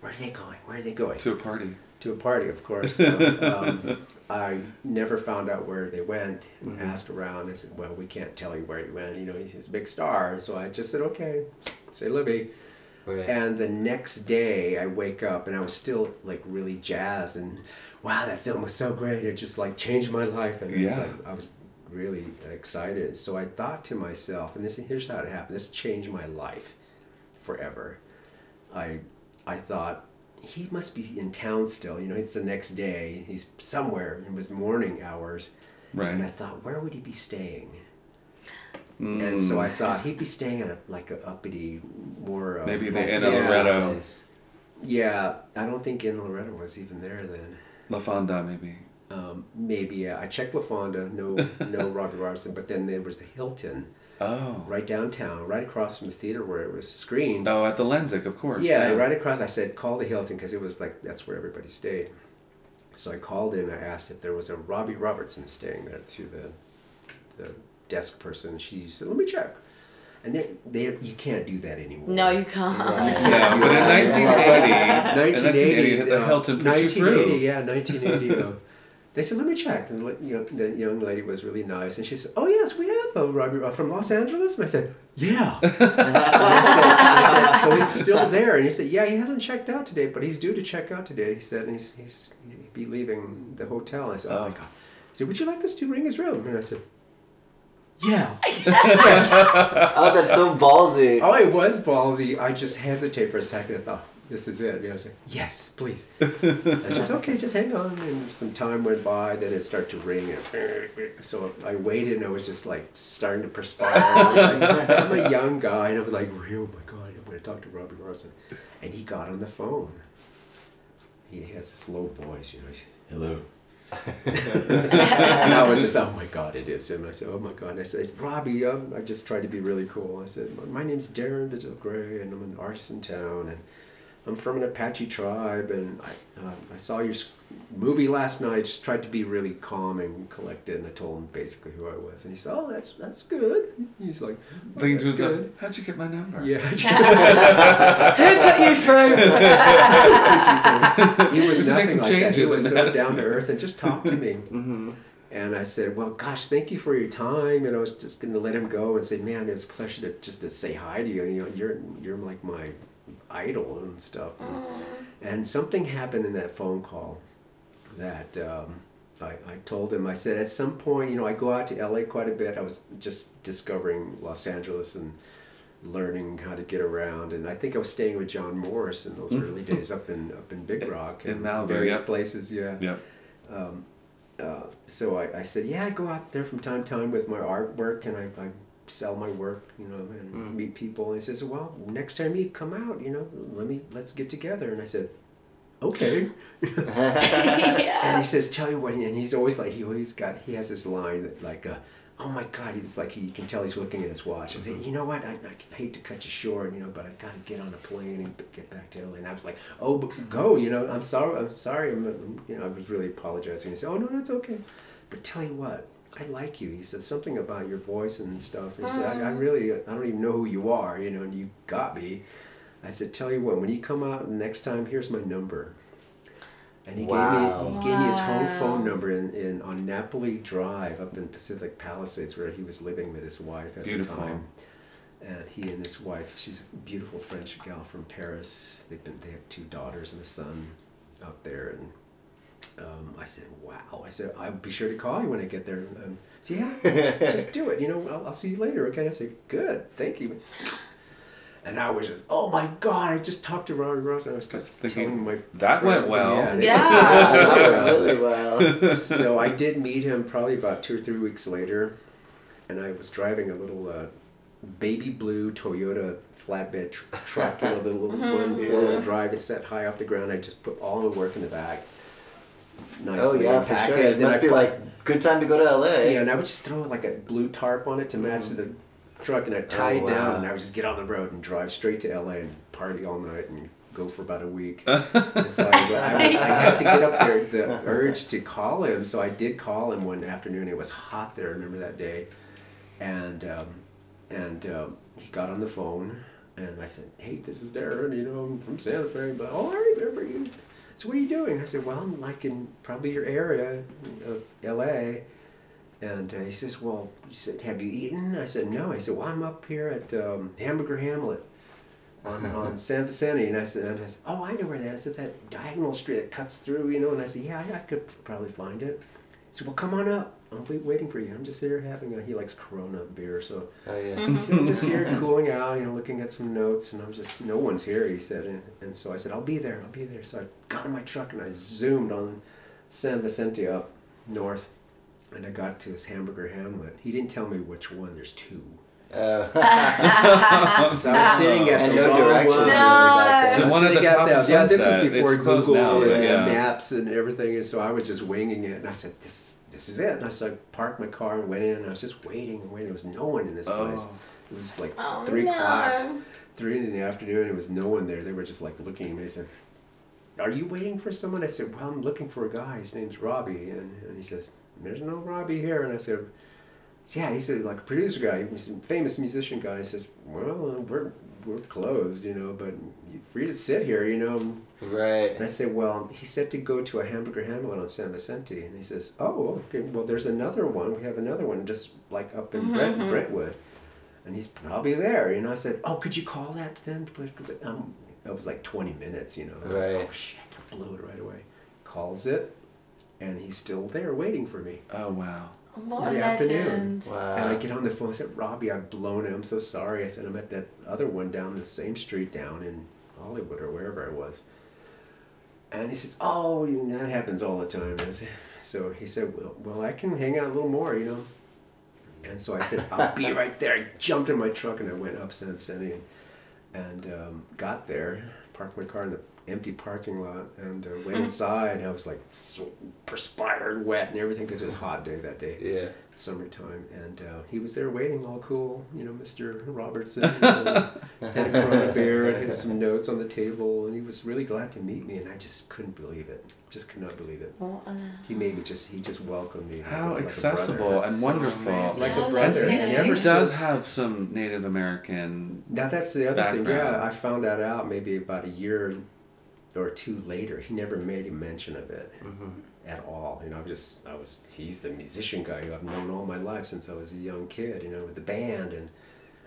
Speaker 5: "Where are they going? Where are they going?"
Speaker 3: To a party.
Speaker 5: to a party, of course. So, um, I never found out where they went and asked around. I said, Well, we can't tell you where he went. You know, he's a big star. So I just said, Okay, say Libby.
Speaker 2: Right.
Speaker 5: And the next day, I wake up and I was still like really jazzed and wow, that film was so great. It just like changed my life. And it was,
Speaker 3: Yeah.
Speaker 5: like, I was really excited. So I thought to myself, and this here's how it happened this changed my life forever. I I thought he must be in town still. You know, it's the next day. He's somewhere. It was morning hours, and I
Speaker 3: Right.
Speaker 5: thought, where would he be staying? And so I thought he'd be staying at a, like a uppity, more uh,
Speaker 3: Maybe
Speaker 2: Nice
Speaker 3: the Anna
Speaker 2: place.
Speaker 3: Loretto,
Speaker 2: Place.
Speaker 5: Yeah, I don't think in Loretta was even there then.
Speaker 3: La Fonda, maybe.
Speaker 5: Um, maybe uh, I checked La Fonda. No, no Robbie Robertson. But then there was the Hilton
Speaker 3: Oh.
Speaker 5: right downtown, right across from the theater where it was screened.
Speaker 3: Oh, at the Lensic, of course.
Speaker 5: Yeah, right across. I said, call the Hilton because it was like that's where everybody stayed. So I called in. I asked if there was a Robbie Robertson staying there through the, the desk person. She said, let me check. And they, they, you can't do that anymore.
Speaker 4: No, you can't.
Speaker 3: Yeah, but in 1980, in
Speaker 5: 1980,
Speaker 3: 1980 the
Speaker 5: uh,
Speaker 3: Hilton put you
Speaker 5: 1980,
Speaker 3: through.
Speaker 5: yeah, 1980. uh, they said, "Let me check." And like, you know, the young lady was really nice, and she said, "Oh yes, we have a Robbie Ro- from Los Angeles." And I said, "Yeah." And I said- I said, so he's still there, and he said, "Yeah, he hasn't checked out today, but he's due to check out today." He said, and "He's he's he'd be leaving the hotel." I said, "Oh, my god." He said, "Would you like us to ring his room?" And I said, "Yeah."
Speaker 2: Oh, that's so ballsy.
Speaker 5: Oh, it was ballsy. I just hesitated for a second. I thought, this is it. You know, I was like, yes, please. It's just, okay, just hang on. And some time went by, then it started to ring. And so I waited and I was just like starting to perspire. I was like, I'm a young guy. And I was like, oh my God, I'm going to talk to Robbie Robertson. And he got on the phone. He has this low voice, you know. he's, Hello. and I was just, oh my God, it is him. I said, oh my God. And I said, it's Robbie. Um, I just tried to be really cool. I said, my- my name's Darren Vigil Gray, and I'm an artist in town, and I'm from an Apache tribe, and I, um, I saw your s- movie last night. Just tried to be really calm and collected, and I told him basically who I was, and he said, oh, that's that's good. He's like, oh,
Speaker 3: Thinking to
Speaker 5: that's
Speaker 3: himself,
Speaker 5: good.
Speaker 3: how'd you get my number?
Speaker 5: Yeah,
Speaker 4: Who put you through?
Speaker 5: he was
Speaker 3: Just make
Speaker 5: nothing
Speaker 3: some
Speaker 5: like that. He
Speaker 3: changes
Speaker 5: was
Speaker 3: in
Speaker 5: so
Speaker 3: that. Mm-hmm.
Speaker 5: down to earth and just talked to me. And I said, "Well, gosh, thank you for your time." And I was just going to let him go and say, "Man, it's a pleasure to just to say hi to you. You know, you're you're like my idol and stuff." And, and something happened in that phone call that um, I, I told him. I said, "At some point, you know, I go out to LA quite a bit. I was just discovering Los Angeles and." learning how to get around and I think I was staying with John Morris in those early days up in up in Big Rock
Speaker 3: in
Speaker 5: and
Speaker 3: Malibu,
Speaker 5: various
Speaker 3: yep.
Speaker 5: places yeah
Speaker 3: Yep.
Speaker 5: uh, so I, I said, yeah, I go out there from time to time with my artwork and I, I sell my work, you know, and
Speaker 3: Mm.
Speaker 5: meet people. And he says, well, next time you come out, you know, let me let's get together. And I said, okay. and
Speaker 4: yeah.
Speaker 5: he says, "Tell you what," and he's always like, he always got, he has this line that like, uh, "Oh my God," it's like he can tell he's looking at his watch. I say, "You know what? I, I hate to cut you short, you know, but I gotta get on a plane and get back to Italy." And I was like, "Oh, but go," you know. I'm sorry. I'm sorry. I'm, I'm- you know, I was really apologizing. He said, "Oh no, no, it's okay," but tell you what. I like you. He said something about your voice and stuff. And he said, I, I really, I don't even know who you are, you know, and you got me. I said, tell you what, when you come out next time, here's my number. And he
Speaker 2: Wow.
Speaker 5: gave me he gave me his home
Speaker 4: Wow.
Speaker 5: phone number in, in on Napoli Drive up in Pacific Palisades where he was living with his wife at
Speaker 3: Beautiful.
Speaker 5: the time. And he and his wife, she's a beautiful French gal from Paris. They've been they have two daughters and a son out there and um, I said, "Wow!" I said, "I'll be sure to call you when I get there." And so yeah, just, just do it. You know, I'll, I'll see you later. Okay? I said, "Good, thank you." And I was just, "Oh my God!" I just talked to Robbie Rose, and I was just
Speaker 3: Just thinking,
Speaker 5: telling my
Speaker 3: that went
Speaker 5: friends,
Speaker 3: well.
Speaker 5: and
Speaker 4: Yeah.
Speaker 2: That went really well.
Speaker 5: so I did meet him probably about two or three weeks later, and I was driving a little uh, baby blue Toyota flatbed tr- truck, you know, the little one four-wheel drive. It's set high off the ground. I just put all the work in the back. Nicely
Speaker 2: Oh yeah, for
Speaker 5: pack
Speaker 2: sure.
Speaker 5: it,
Speaker 2: It
Speaker 5: then I
Speaker 2: must be
Speaker 5: put-
Speaker 2: like good time to go to LA.
Speaker 5: yeah, and I would just throw like a blue tarp on it to match the truck, and I'd tie
Speaker 2: Mm. Oh,
Speaker 5: it down,
Speaker 2: wow.
Speaker 5: and I would just get on the road and drive straight to LA and party all night and go for about a week. and so I, I, was, I had to get up there, the urge to call him, so I did call him one afternoon. It was hot there, I remember that day. And, um, and um, he got on the phone, and I said, Hey, this is Darren, you know, I'm from Santa Fe, but oh, I remember you. So what are you doing? I said, well, I'm like in probably your area of L.A. And uh, he says, Well, he said, Have you eaten? I said, No. He said, Well, I'm up here at um, Hamburger Hamlet on, on San Vicente. And I said, and I said, Oh, I know where that is. It's that diagonal street that cuts through, you know. And I said, Yeah, I, I could probably find it. He said, Well, come on up. I'll be waiting for you. I'm just here having a, he likes Corona beer. So
Speaker 2: Oh yeah.
Speaker 5: he said, I'm just here cooling out, you know, looking at some notes. And I'm just, No one's here, he said. And, and so I said, I'll be there. I'll be there. So I got in my truck and I zoomed on San Vicente up north. And I got to his hamburger hamlet. He didn't tell me which one. There's two.
Speaker 2: Uh,
Speaker 5: So I was sitting at
Speaker 2: and
Speaker 5: the
Speaker 2: no
Speaker 5: wrong
Speaker 2: directions
Speaker 5: one.
Speaker 2: really
Speaker 4: No.
Speaker 2: back
Speaker 3: Oh.
Speaker 5: I
Speaker 3: The
Speaker 2: then.
Speaker 5: was
Speaker 3: one at
Speaker 5: sitting
Speaker 3: the top
Speaker 5: at
Speaker 3: of
Speaker 5: the, yeah, this was
Speaker 3: Sunset.
Speaker 5: before
Speaker 3: It's closed
Speaker 5: Google
Speaker 3: now, but
Speaker 5: and
Speaker 3: yeah.
Speaker 5: Maps and everything, and so I was just winging it. And I said, "This, this is it." And I so I parked my car and went in. And I was just waiting and waiting. There was no one in this
Speaker 3: Oh.
Speaker 5: place. It was like
Speaker 4: Oh,
Speaker 5: three o'clock,
Speaker 4: no.
Speaker 5: three in the afternoon. There was no one there. They were just like looking at me. They said, "Are you waiting for someone?" I said, "Well, I'm looking for a guy. His name's Robbie." And, and he says, "There's no Robbie here." And I said, "Yeah." He said, "Like a producer guy, he's a famous musician guy." He says, "Well, we're we're closed, you know, but you're free to sit here, you know." And I
Speaker 2: Right.
Speaker 5: said, "Well, he said to go to a hamburger Hamlet on San Vicente." And he says, "Oh, okay. Well, there's another one. We have another one just like up in Brent, Brentwood, and he's probably there." You know, I said, "Oh, could you call that then?" Because um, it was like 20 minutes. You know, I was,
Speaker 2: Right.
Speaker 5: oh shit, I blew it right away. Calls it, and he's still there waiting for me
Speaker 3: Oh wow.
Speaker 4: What a
Speaker 5: in the
Speaker 4: legend.
Speaker 5: and I
Speaker 2: Wow.
Speaker 5: get on the phone. I said, Robbie, I've blown it. I'm so sorry. I said, I'm at that other one down the same street down in Hollywood or wherever I was. And he says, Oh, you know, that happens all the time. And I said- so he said, well, well, I can hang out a little more, you know. And so I said, I'll be right there. I jumped in my truck and I went up San Vicente and, and um, got there, parked my car in the empty parking lot, and uh, went inside. And I was like so perspired, wet, and everything because it was a hot day that day
Speaker 2: Yeah.
Speaker 5: summertime, and uh, he was there waiting, all cool, you know, Mr. Robertson. you know, had a Corona beer and had some notes on the table, and he was really glad to meet me, and I just couldn't believe it. Just could not believe it.
Speaker 4: What a-
Speaker 5: He made me just, he just welcomed me. like a-
Speaker 3: How
Speaker 5: like a brother.
Speaker 3: accessible and
Speaker 2: so
Speaker 3: wonderful.
Speaker 2: amazing.
Speaker 5: Like
Speaker 4: How
Speaker 5: a brother.
Speaker 4: lovely.
Speaker 5: And
Speaker 4: He
Speaker 5: ever
Speaker 3: He does
Speaker 5: since-
Speaker 3: have some Native American.
Speaker 5: Now that's the other thing.
Speaker 3: background.
Speaker 5: Yeah, I found that out maybe about a year or two later. He never made a mention of it
Speaker 3: Mm-hmm.
Speaker 5: at all. You know, I just I was he's the musician guy who I've known all my life since I was a young kid. You know, with the band and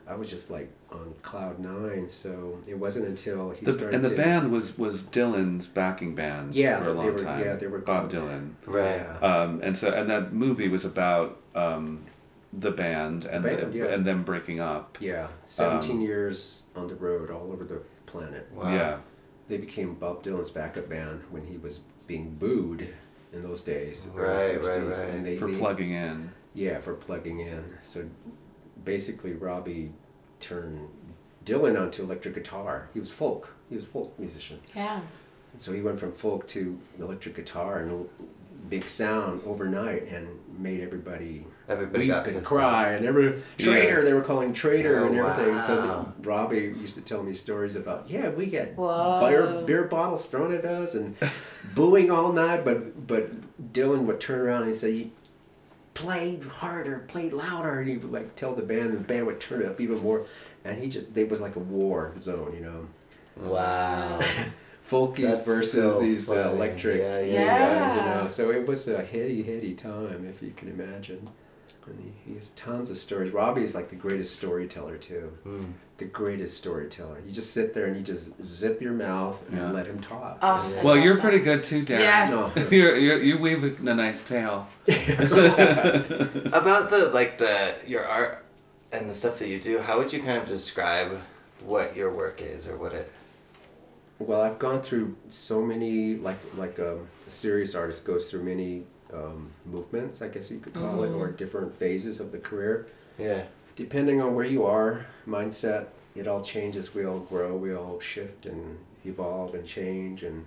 Speaker 5: I was just like on cloud nine. So it wasn't until he
Speaker 3: The,
Speaker 5: started
Speaker 3: and the
Speaker 5: to,
Speaker 3: band was was Dylan's backing band
Speaker 5: Yeah,
Speaker 3: for a
Speaker 5: they
Speaker 3: long
Speaker 5: were-
Speaker 3: time.
Speaker 5: yeah, they were
Speaker 3: Bob
Speaker 5: called-
Speaker 3: Dylan.
Speaker 2: Right.
Speaker 5: Yeah.
Speaker 3: Um, and so and that movie was about um, the band and
Speaker 5: band, yeah.
Speaker 3: and them breaking up.
Speaker 5: Yeah, seventeen years on the road, all over the planet.
Speaker 2: Wow.
Speaker 3: Yeah.
Speaker 5: They became Bob Dylan's backup band when he was being booed in those days,
Speaker 2: Right,
Speaker 5: early
Speaker 2: right,
Speaker 5: 60s,
Speaker 2: right.
Speaker 5: and they,
Speaker 3: for
Speaker 5: they,
Speaker 3: plugging in.
Speaker 5: Yeah, for plugging in. So basically, Robbie turned Dylan onto electric guitar. He was folk. He was a folk musician.
Speaker 4: Yeah.
Speaker 5: And so he went from folk to electric guitar and big sound overnight and made everybody
Speaker 2: Everybody
Speaker 5: weep
Speaker 2: got
Speaker 5: and
Speaker 2: pissed
Speaker 5: cry and every traitor they were calling traitor
Speaker 2: Oh,
Speaker 5: and everything. So
Speaker 2: wow.
Speaker 5: that Robbie used to tell me stories about yeah we got
Speaker 4: Whoa.
Speaker 5: beer, beer bottles thrown at us and booing all night, but but Dylan would turn around and say. Play harder, play louder, and he would like tell the band, and the band would turn it up even more, and he just it was like a war zone, you know,
Speaker 2: Wow.
Speaker 5: folkies
Speaker 2: That's
Speaker 5: versus
Speaker 2: so
Speaker 5: these uh,
Speaker 2: funny.
Speaker 5: electric
Speaker 2: Yeah, yeah,
Speaker 5: guys, you
Speaker 4: Yeah.
Speaker 5: know. So it was a heady, heady time, if you can imagine. And he, he has tons of stories. Robbie is like the greatest storyteller too.
Speaker 2: Hmm.
Speaker 5: The greatest storyteller. You just sit there and you just zip your mouth and
Speaker 3: Yeah.
Speaker 5: let him talk.
Speaker 4: Oh, I
Speaker 3: Well,
Speaker 4: love
Speaker 3: you're
Speaker 4: that.
Speaker 3: pretty good too, Darren.
Speaker 4: Yeah.
Speaker 5: No.
Speaker 3: you're, you're, you weave a nice tale.
Speaker 2: About the like the your art and the stuff that you do, how would you kind of describe what your work is or what it?
Speaker 5: Well, I've gone through so many, like like um, a serious artist goes through many um, movements, I guess you could call
Speaker 4: Mm.
Speaker 5: it, or different phases of the career.
Speaker 2: Yeah.
Speaker 5: depending on where you are, mindset, it all changes. We all grow, we all shift and evolve and change, and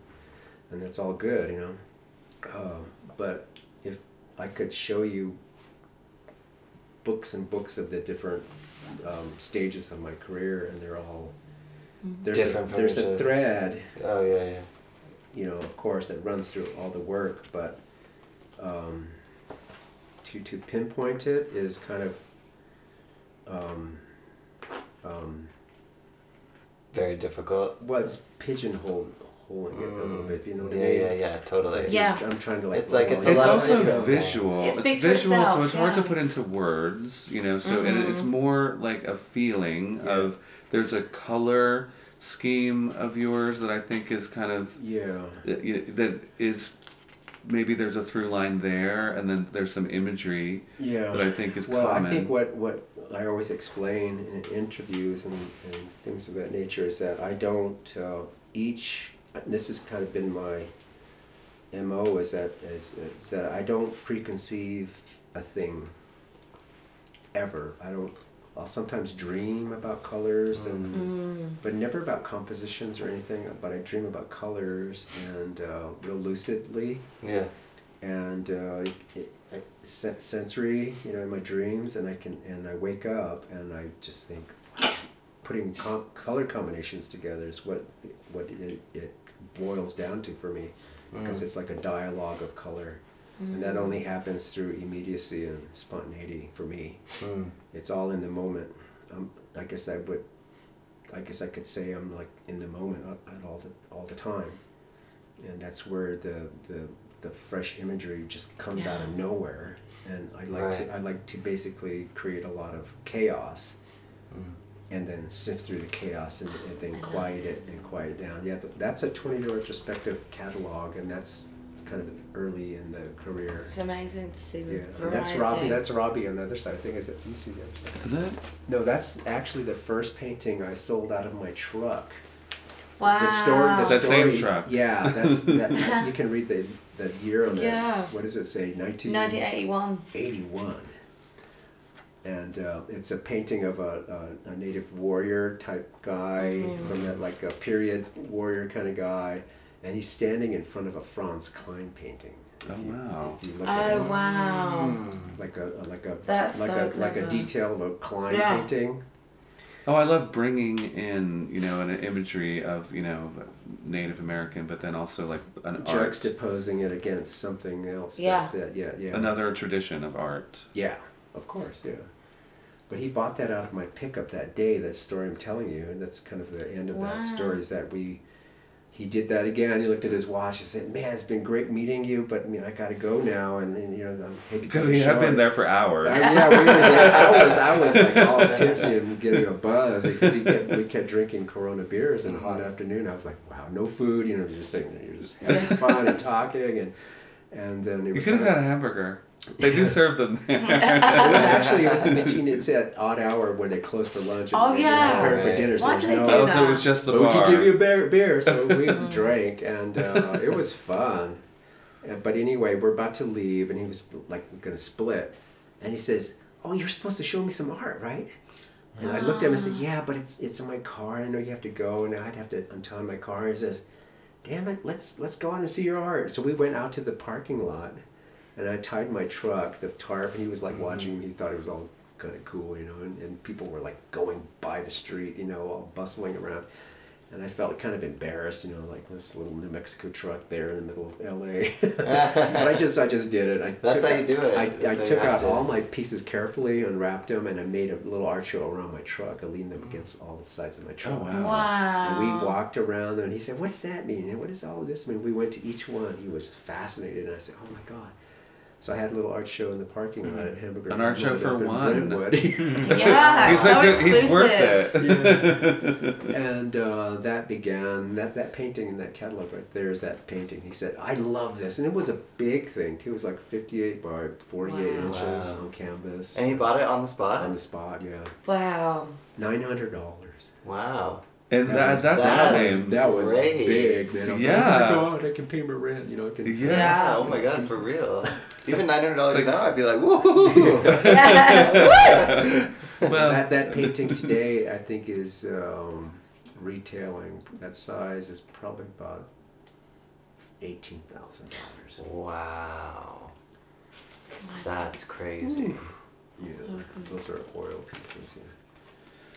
Speaker 5: and that's all good, you know. Um, but if I could show you books and books of the different um, stages of my career, and they're all there's
Speaker 2: Different
Speaker 5: a,
Speaker 2: from
Speaker 5: there's
Speaker 2: each
Speaker 5: a
Speaker 2: other.
Speaker 5: thread
Speaker 2: Oh yeah. yeah.
Speaker 5: you know, of course, that runs through all the work, but um, to to pinpoint it is kind of um, um,
Speaker 2: Very difficult.
Speaker 5: well, it's pigeonholing it a little bit. If you know what
Speaker 2: Mm. yeah,
Speaker 5: I mean?
Speaker 2: yeah, yeah,
Speaker 5: It's
Speaker 2: totally.
Speaker 5: like
Speaker 4: Yeah.
Speaker 5: I'm trying to like.
Speaker 2: It's like it's a
Speaker 3: It's
Speaker 2: lot of
Speaker 3: also
Speaker 2: different
Speaker 3: visual.
Speaker 4: things. It speaks
Speaker 3: it's
Speaker 4: for
Speaker 3: visual, so
Speaker 4: itself,
Speaker 3: it's hard to
Speaker 4: yeah. Mm-hmm.
Speaker 3: put into words, you know. So and it's more like a feeling
Speaker 5: Yeah.
Speaker 3: of there's a color scheme of yours that I think is kind of
Speaker 5: yeah.
Speaker 3: that you- that is maybe there's a through line there, and then there's some imagery
Speaker 5: Yeah.
Speaker 3: that I think is
Speaker 5: well,
Speaker 3: common.
Speaker 5: I think what, what I always explain in interviews and, and things of that nature is that I don't uh, each. This has kind of been my mo is that is, is that I don't preconceive a thing ever. I don't. I'll sometimes dream about colors and
Speaker 3: Mm.
Speaker 5: but never about compositions or anything. But I dream about colors and uh, real lucidly
Speaker 2: Yeah.
Speaker 5: and uh, it, it, sen- sensory, you know, in my dreams, and I can and I wake up and I just think, wow, putting com- color combinations together is what what it, it boils down to for me,
Speaker 2: Mm.
Speaker 5: because it's like a dialogue of color, and that only happens through immediacy and spontaneity for me.
Speaker 2: Mm.
Speaker 5: It's all in the moment. Um, I guess I would. I guess I could say I'm like in the moment a- at all the all the time, and that's where the the, the fresh imagery just comes out of nowhere. And I like
Speaker 2: Right.
Speaker 5: to I like to basically create a lot of chaos, and then sift through the chaos and, and then quiet it and quiet it down. Yeah, th- that's a twenty year retrospective catalog, and that's kind of early in the career.
Speaker 4: It's amazing to see the
Speaker 5: Yeah, and that's
Speaker 4: variety.
Speaker 5: Robbie. That's Robbie on the other side. I think is it. Let me see the other side.
Speaker 3: is it?
Speaker 5: No, that's actually the first painting I sold out of my truck.
Speaker 4: wow.
Speaker 5: The story, the
Speaker 3: That
Speaker 5: story,
Speaker 3: same truck.
Speaker 5: Yeah, that's that. you can read the the year on that.
Speaker 4: Yeah.
Speaker 5: What does it say? Nineteen
Speaker 4: 1981.
Speaker 5: eighty-one. And uh, it's a painting of a, a, a native warrior type guy
Speaker 4: Mm-hmm.
Speaker 5: from that like a period warrior kind of guy, and he's standing in front of a Franz Klein painting. If
Speaker 3: Oh,
Speaker 5: you-
Speaker 3: wow.
Speaker 5: If you look at
Speaker 4: Oh
Speaker 5: it
Speaker 4: wow.
Speaker 5: like a like a
Speaker 4: That's
Speaker 5: like
Speaker 4: so
Speaker 5: a like a
Speaker 4: clever.
Speaker 5: detail of a Klein
Speaker 4: Yeah.
Speaker 5: painting.
Speaker 3: Oh, I love bringing in you know an imagery of you know Native American, but then also like an art,
Speaker 5: juxtaposing it against something else.
Speaker 4: Yeah.
Speaker 5: That, that, yeah, yeah.
Speaker 3: another tradition of art.
Speaker 5: Yeah, of course, yeah. But he bought that out of my pickup that day. That story I'm telling you, and that's kind of the end of
Speaker 4: Wow.
Speaker 5: that story. Is that we, he did that again. He looked at his watch and said, "Man, it's been great meeting you, but I, mean, I gotta go now." And, and you know, I'm had to
Speaker 3: Because
Speaker 5: go
Speaker 3: he had
Speaker 5: shower."
Speaker 3: been there for hours.
Speaker 5: I- yeah, we were there. I was, I was like all tipsy and getting a buzz because he kept, we kept drinking Corona beers in a hot afternoon. I was like, wow, no food. You know, you're just sitting there, you're just having fun and talking, and and then it
Speaker 3: You
Speaker 5: was.
Speaker 3: could have
Speaker 5: kind
Speaker 3: had
Speaker 5: of-
Speaker 3: a hamburger. They do serve them there.
Speaker 5: it was actually it was in between. It's that odd hour where they close for lunch. and
Speaker 4: Oh,
Speaker 5: we were
Speaker 4: yeah.
Speaker 5: preparing
Speaker 2: Right.
Speaker 5: for dinner. So
Speaker 4: Why
Speaker 5: there was
Speaker 4: do they
Speaker 5: no-
Speaker 4: do
Speaker 3: oh,
Speaker 4: that? Mm-hmm.
Speaker 3: so it was just the
Speaker 5: but we
Speaker 3: bar.
Speaker 5: could give you a beer, beer. So we drank, and uh, it was fun. Uh, But anyway, we're about to leave, and he was like going to split, and he says, "Oh, you're supposed to show me some art, right?" And
Speaker 2: Ah.
Speaker 5: I looked at him and said, "Yeah, but it's it's in my car. I know you have to go, and I'd have to untie my car." He says, damn it, let's let's go on and see your art. So we went out to the parking lot, and I tied my truck, the tarp, and he was like
Speaker 2: Mm-hmm.
Speaker 5: watching me. He thought it was all kind of cool, you know. And, and people were like going by the street, you know, all bustling around. And I felt kind of embarrassed, you know, like this little New Mexico truck there in the middle of L.A. but I just, I just did it. I
Speaker 2: That's
Speaker 5: took
Speaker 2: how you
Speaker 5: out-
Speaker 2: do it.
Speaker 5: I,
Speaker 2: That's how
Speaker 5: I
Speaker 2: you
Speaker 5: took
Speaker 2: have
Speaker 5: out
Speaker 2: to.
Speaker 5: all my pieces carefully, unwrapped them, and I made a little art show around my truck. I leaned them against all the sides of my truck.
Speaker 3: Oh, wow.
Speaker 4: Wow.
Speaker 5: And we walked around there, and he said, "What does that mean? And what does all this mean?" We went to each one. He was fascinated, and I said, "Oh my god!" So I had a little art show in the parking lot at Hamburger.
Speaker 3: Mm. An art show
Speaker 5: Road
Speaker 3: for
Speaker 5: up in
Speaker 3: one.
Speaker 5: Brentwood.
Speaker 4: Yeah,
Speaker 3: he's
Speaker 4: so
Speaker 3: like, "Dude,
Speaker 4: exclusive.
Speaker 3: he's worth it.
Speaker 5: and uh, that began that that painting in that catalog right there is that painting. He said, "I love this," and it was a big thing too. It was like fifty-eight by forty-eight
Speaker 4: Wow.
Speaker 5: inches
Speaker 2: Wow.
Speaker 5: on canvas.
Speaker 2: And he bought it on the
Speaker 5: on
Speaker 2: spot.
Speaker 5: the spot, yeah,
Speaker 4: Wow.
Speaker 5: nine hundred dollars.
Speaker 2: Wow.
Speaker 3: And that,
Speaker 5: was-
Speaker 3: that's
Speaker 2: that's-
Speaker 3: time.
Speaker 5: That was
Speaker 2: Great.
Speaker 5: big. Man. I was
Speaker 3: Yeah.
Speaker 5: like, oh my god, I can pay my rent. You know, I can.
Speaker 3: Yeah.
Speaker 2: Yeah. Oh my god, for real. Even nine hundred dollars
Speaker 3: It's like-
Speaker 2: now, I'd be like, woohoo.
Speaker 3: Well,
Speaker 5: that that painting today, I think, is um, retailing. That size is probably about eighteen thousand dollars.
Speaker 2: wow. That's crazy.
Speaker 5: Yeah, those are oil pieces. Yeah.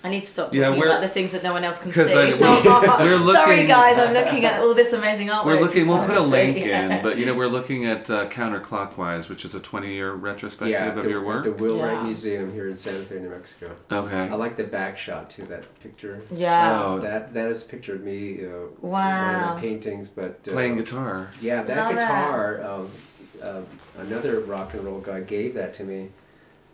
Speaker 4: I need to stop
Speaker 3: Yeah,
Speaker 4: talking
Speaker 3: we're-
Speaker 4: about the things that no one else can see.
Speaker 3: 'Cause, like, we're
Speaker 4: Sorry,
Speaker 3: looking-
Speaker 4: guys, I'm looking at all this amazing artwork.
Speaker 3: We're looking.
Speaker 4: you
Speaker 3: We'll
Speaker 4: can't
Speaker 3: put a
Speaker 4: see.
Speaker 3: link in, but you know, we're looking at uh, counterclockwise, which is a twenty-year retrospective of
Speaker 5: the,
Speaker 3: your work.
Speaker 5: the Will Wright
Speaker 4: Yeah.
Speaker 5: Museum here in Santa Fe, New Mexico.
Speaker 3: okay.
Speaker 5: I like the back shot to that picture.
Speaker 4: yeah.
Speaker 3: Oh,
Speaker 5: That that is a picture of me. Uh, One of
Speaker 4: Wow.
Speaker 5: my paintings, but uh,
Speaker 3: playing guitar.
Speaker 5: Yeah, that
Speaker 4: Love it.
Speaker 5: guitar. Um, uh, another rock and roll guy gave that to me,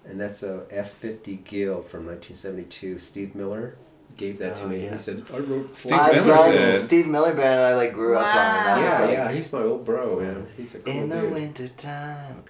Speaker 5: and that's a F fifty Gill from nineteen seventy two. Steve Miller gave that to
Speaker 2: Oh,
Speaker 5: me.
Speaker 2: yeah.
Speaker 5: He said, "I wrote."
Speaker 3: Steve
Speaker 5: songs."
Speaker 2: I
Speaker 3: Miller
Speaker 2: love
Speaker 3: did.
Speaker 2: the Steve Miller band I like grew up on. That
Speaker 4: Wow.
Speaker 5: Yeah,
Speaker 2: was like
Speaker 5: yeah, he's my old bro, man. He's a cool
Speaker 2: in the
Speaker 5: dude.
Speaker 2: wintertime.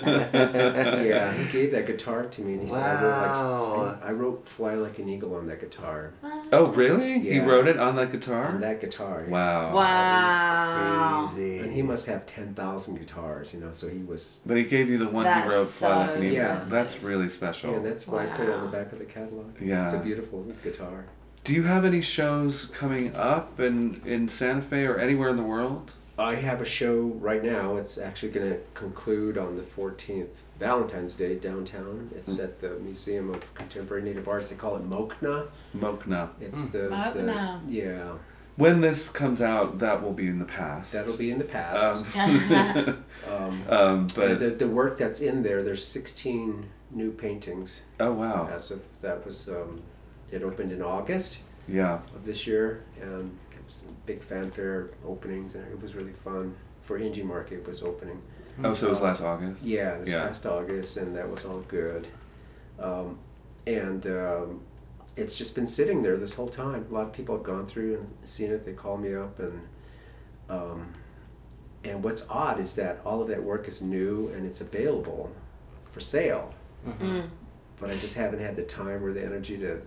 Speaker 5: Yeah, he gave that guitar to me, and he said, "I wrote like
Speaker 2: Wow.
Speaker 5: s- I wrote Fly Like an Eagle on that guitar,
Speaker 3: Oh, really? He
Speaker 5: Yeah.
Speaker 3: wrote it on that guitar.
Speaker 5: on that guitar." yeah.
Speaker 3: wow.
Speaker 2: That
Speaker 4: Wow.
Speaker 2: is crazy.
Speaker 5: And he must have ten thousand guitars, you know. So he was.
Speaker 3: But he gave you the one
Speaker 4: That's
Speaker 3: he wrote. Fly Like
Speaker 4: so
Speaker 3: an Eagle.
Speaker 5: Yeah.
Speaker 3: That's really special.
Speaker 5: Yeah, that's why I put it on the
Speaker 4: Wow.
Speaker 5: back of the catalog.
Speaker 3: Oh. Yeah.
Speaker 5: it's a beautiful guitar.
Speaker 3: Do you have any shows coming up in in Santa Fe or anywhere in the world?
Speaker 5: I have a show right now. It's actually going to conclude on the 14th, Valentine's Day, downtown. It's
Speaker 3: Hmm.
Speaker 5: at the Museum of Contemporary Native Arts. They call it Mokna.
Speaker 3: Mokna.
Speaker 5: It's the, the-
Speaker 4: Mokna.
Speaker 5: yeah.
Speaker 3: When this comes out, that will be in the past.
Speaker 5: That'll be in the past. Um,
Speaker 3: Um,
Speaker 5: but
Speaker 3: but
Speaker 5: the, the work that's in there, there's 16 new paintings.
Speaker 3: oh wow,
Speaker 5: As of that was um, it opened in August
Speaker 3: yeah.
Speaker 5: of this year, and it was big fanfare openings, and it was really fun. For Indie Market was opening.
Speaker 3: Oh, so it was last August.
Speaker 5: Yeah, this
Speaker 3: Yeah.
Speaker 5: past August, and that was all good. Um, and um, it's just been sitting there this whole time. A lot of people have gone through and seen it. They call me up, and um, and what's odd is that all of that work is new and it's available for sale. Mm. But I just haven't had the time or the energy to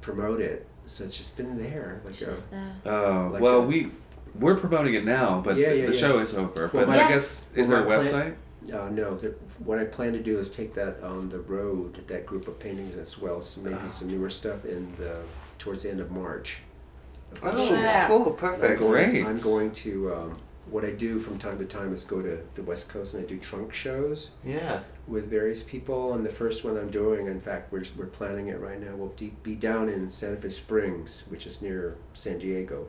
Speaker 5: promote it, so it's just been there. Like a,
Speaker 4: She's there.
Speaker 3: Oh
Speaker 5: Like
Speaker 3: well,
Speaker 5: a-
Speaker 3: we we're promoting it now, but
Speaker 5: Yeah,
Speaker 3: the,
Speaker 5: yeah,
Speaker 3: the
Speaker 5: yeah.
Speaker 3: show is over.
Speaker 5: Well,
Speaker 3: But
Speaker 5: my-
Speaker 3: I guess is
Speaker 5: well,
Speaker 3: there a
Speaker 5: my
Speaker 3: website?
Speaker 5: plan- Uh, no, the, what I plan to do is take that on the road, that group of paintings as well, so maybe some newer stuff in the towards the end of March.
Speaker 2: Oh,
Speaker 4: Yeah.
Speaker 2: cool,
Speaker 5: I'm
Speaker 2: perfect.
Speaker 5: going,
Speaker 3: Great.
Speaker 5: I'm going to. Um, what I do from time to time is go to the West Coast and I do trunk shows
Speaker 2: Yeah.
Speaker 5: with various people. And the first one I'm doing, in fact, we're, we're planning it right now, will de- be down in Santa Fe Springs, which is near San Diego.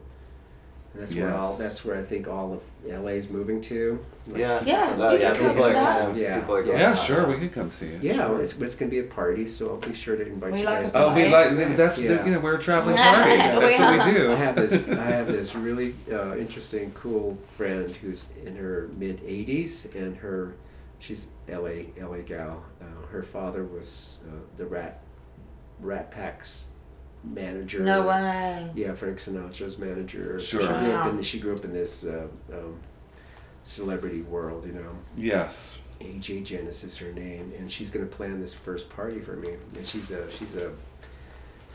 Speaker 5: And that's where all,
Speaker 3: Yes.
Speaker 5: that's where I think all of LA's moving to. Like,
Speaker 2: Yeah.
Speaker 4: Yeah,
Speaker 2: No,
Speaker 4: you
Speaker 2: yeah,
Speaker 4: can
Speaker 2: people
Speaker 4: come
Speaker 2: are
Speaker 4: back.
Speaker 2: going.
Speaker 5: Yeah.
Speaker 2: People are
Speaker 5: Yeah,
Speaker 2: going. uh,
Speaker 3: Yeah,
Speaker 2: out.
Speaker 3: sure, we could come see it.
Speaker 5: Yeah,
Speaker 3: sure.
Speaker 5: it's, it's going to be a party, so I'll be sure to invite
Speaker 4: We
Speaker 5: you
Speaker 4: like
Speaker 5: guys.
Speaker 4: a
Speaker 3: Oh, we
Speaker 4: Right.
Speaker 3: like that's
Speaker 5: Yeah.
Speaker 3: you know we're a traveling party. That's what we do.
Speaker 5: I have this. I have this really uh, interesting, cool friend who's in her mid '80s, and her, she's LA LA gal. Uh, her father was uh, the Rat Rat Pack's manager.
Speaker 4: No way.
Speaker 5: Yeah, Frank Sinatra's manager.
Speaker 3: Sure.
Speaker 5: She grew up
Speaker 4: Wow.
Speaker 5: in she grew up in this uh, um, celebrity world, you know.
Speaker 3: Yes.
Speaker 5: AJ Janice is her name, and she's gonna plan this first party for me. And she's a she's a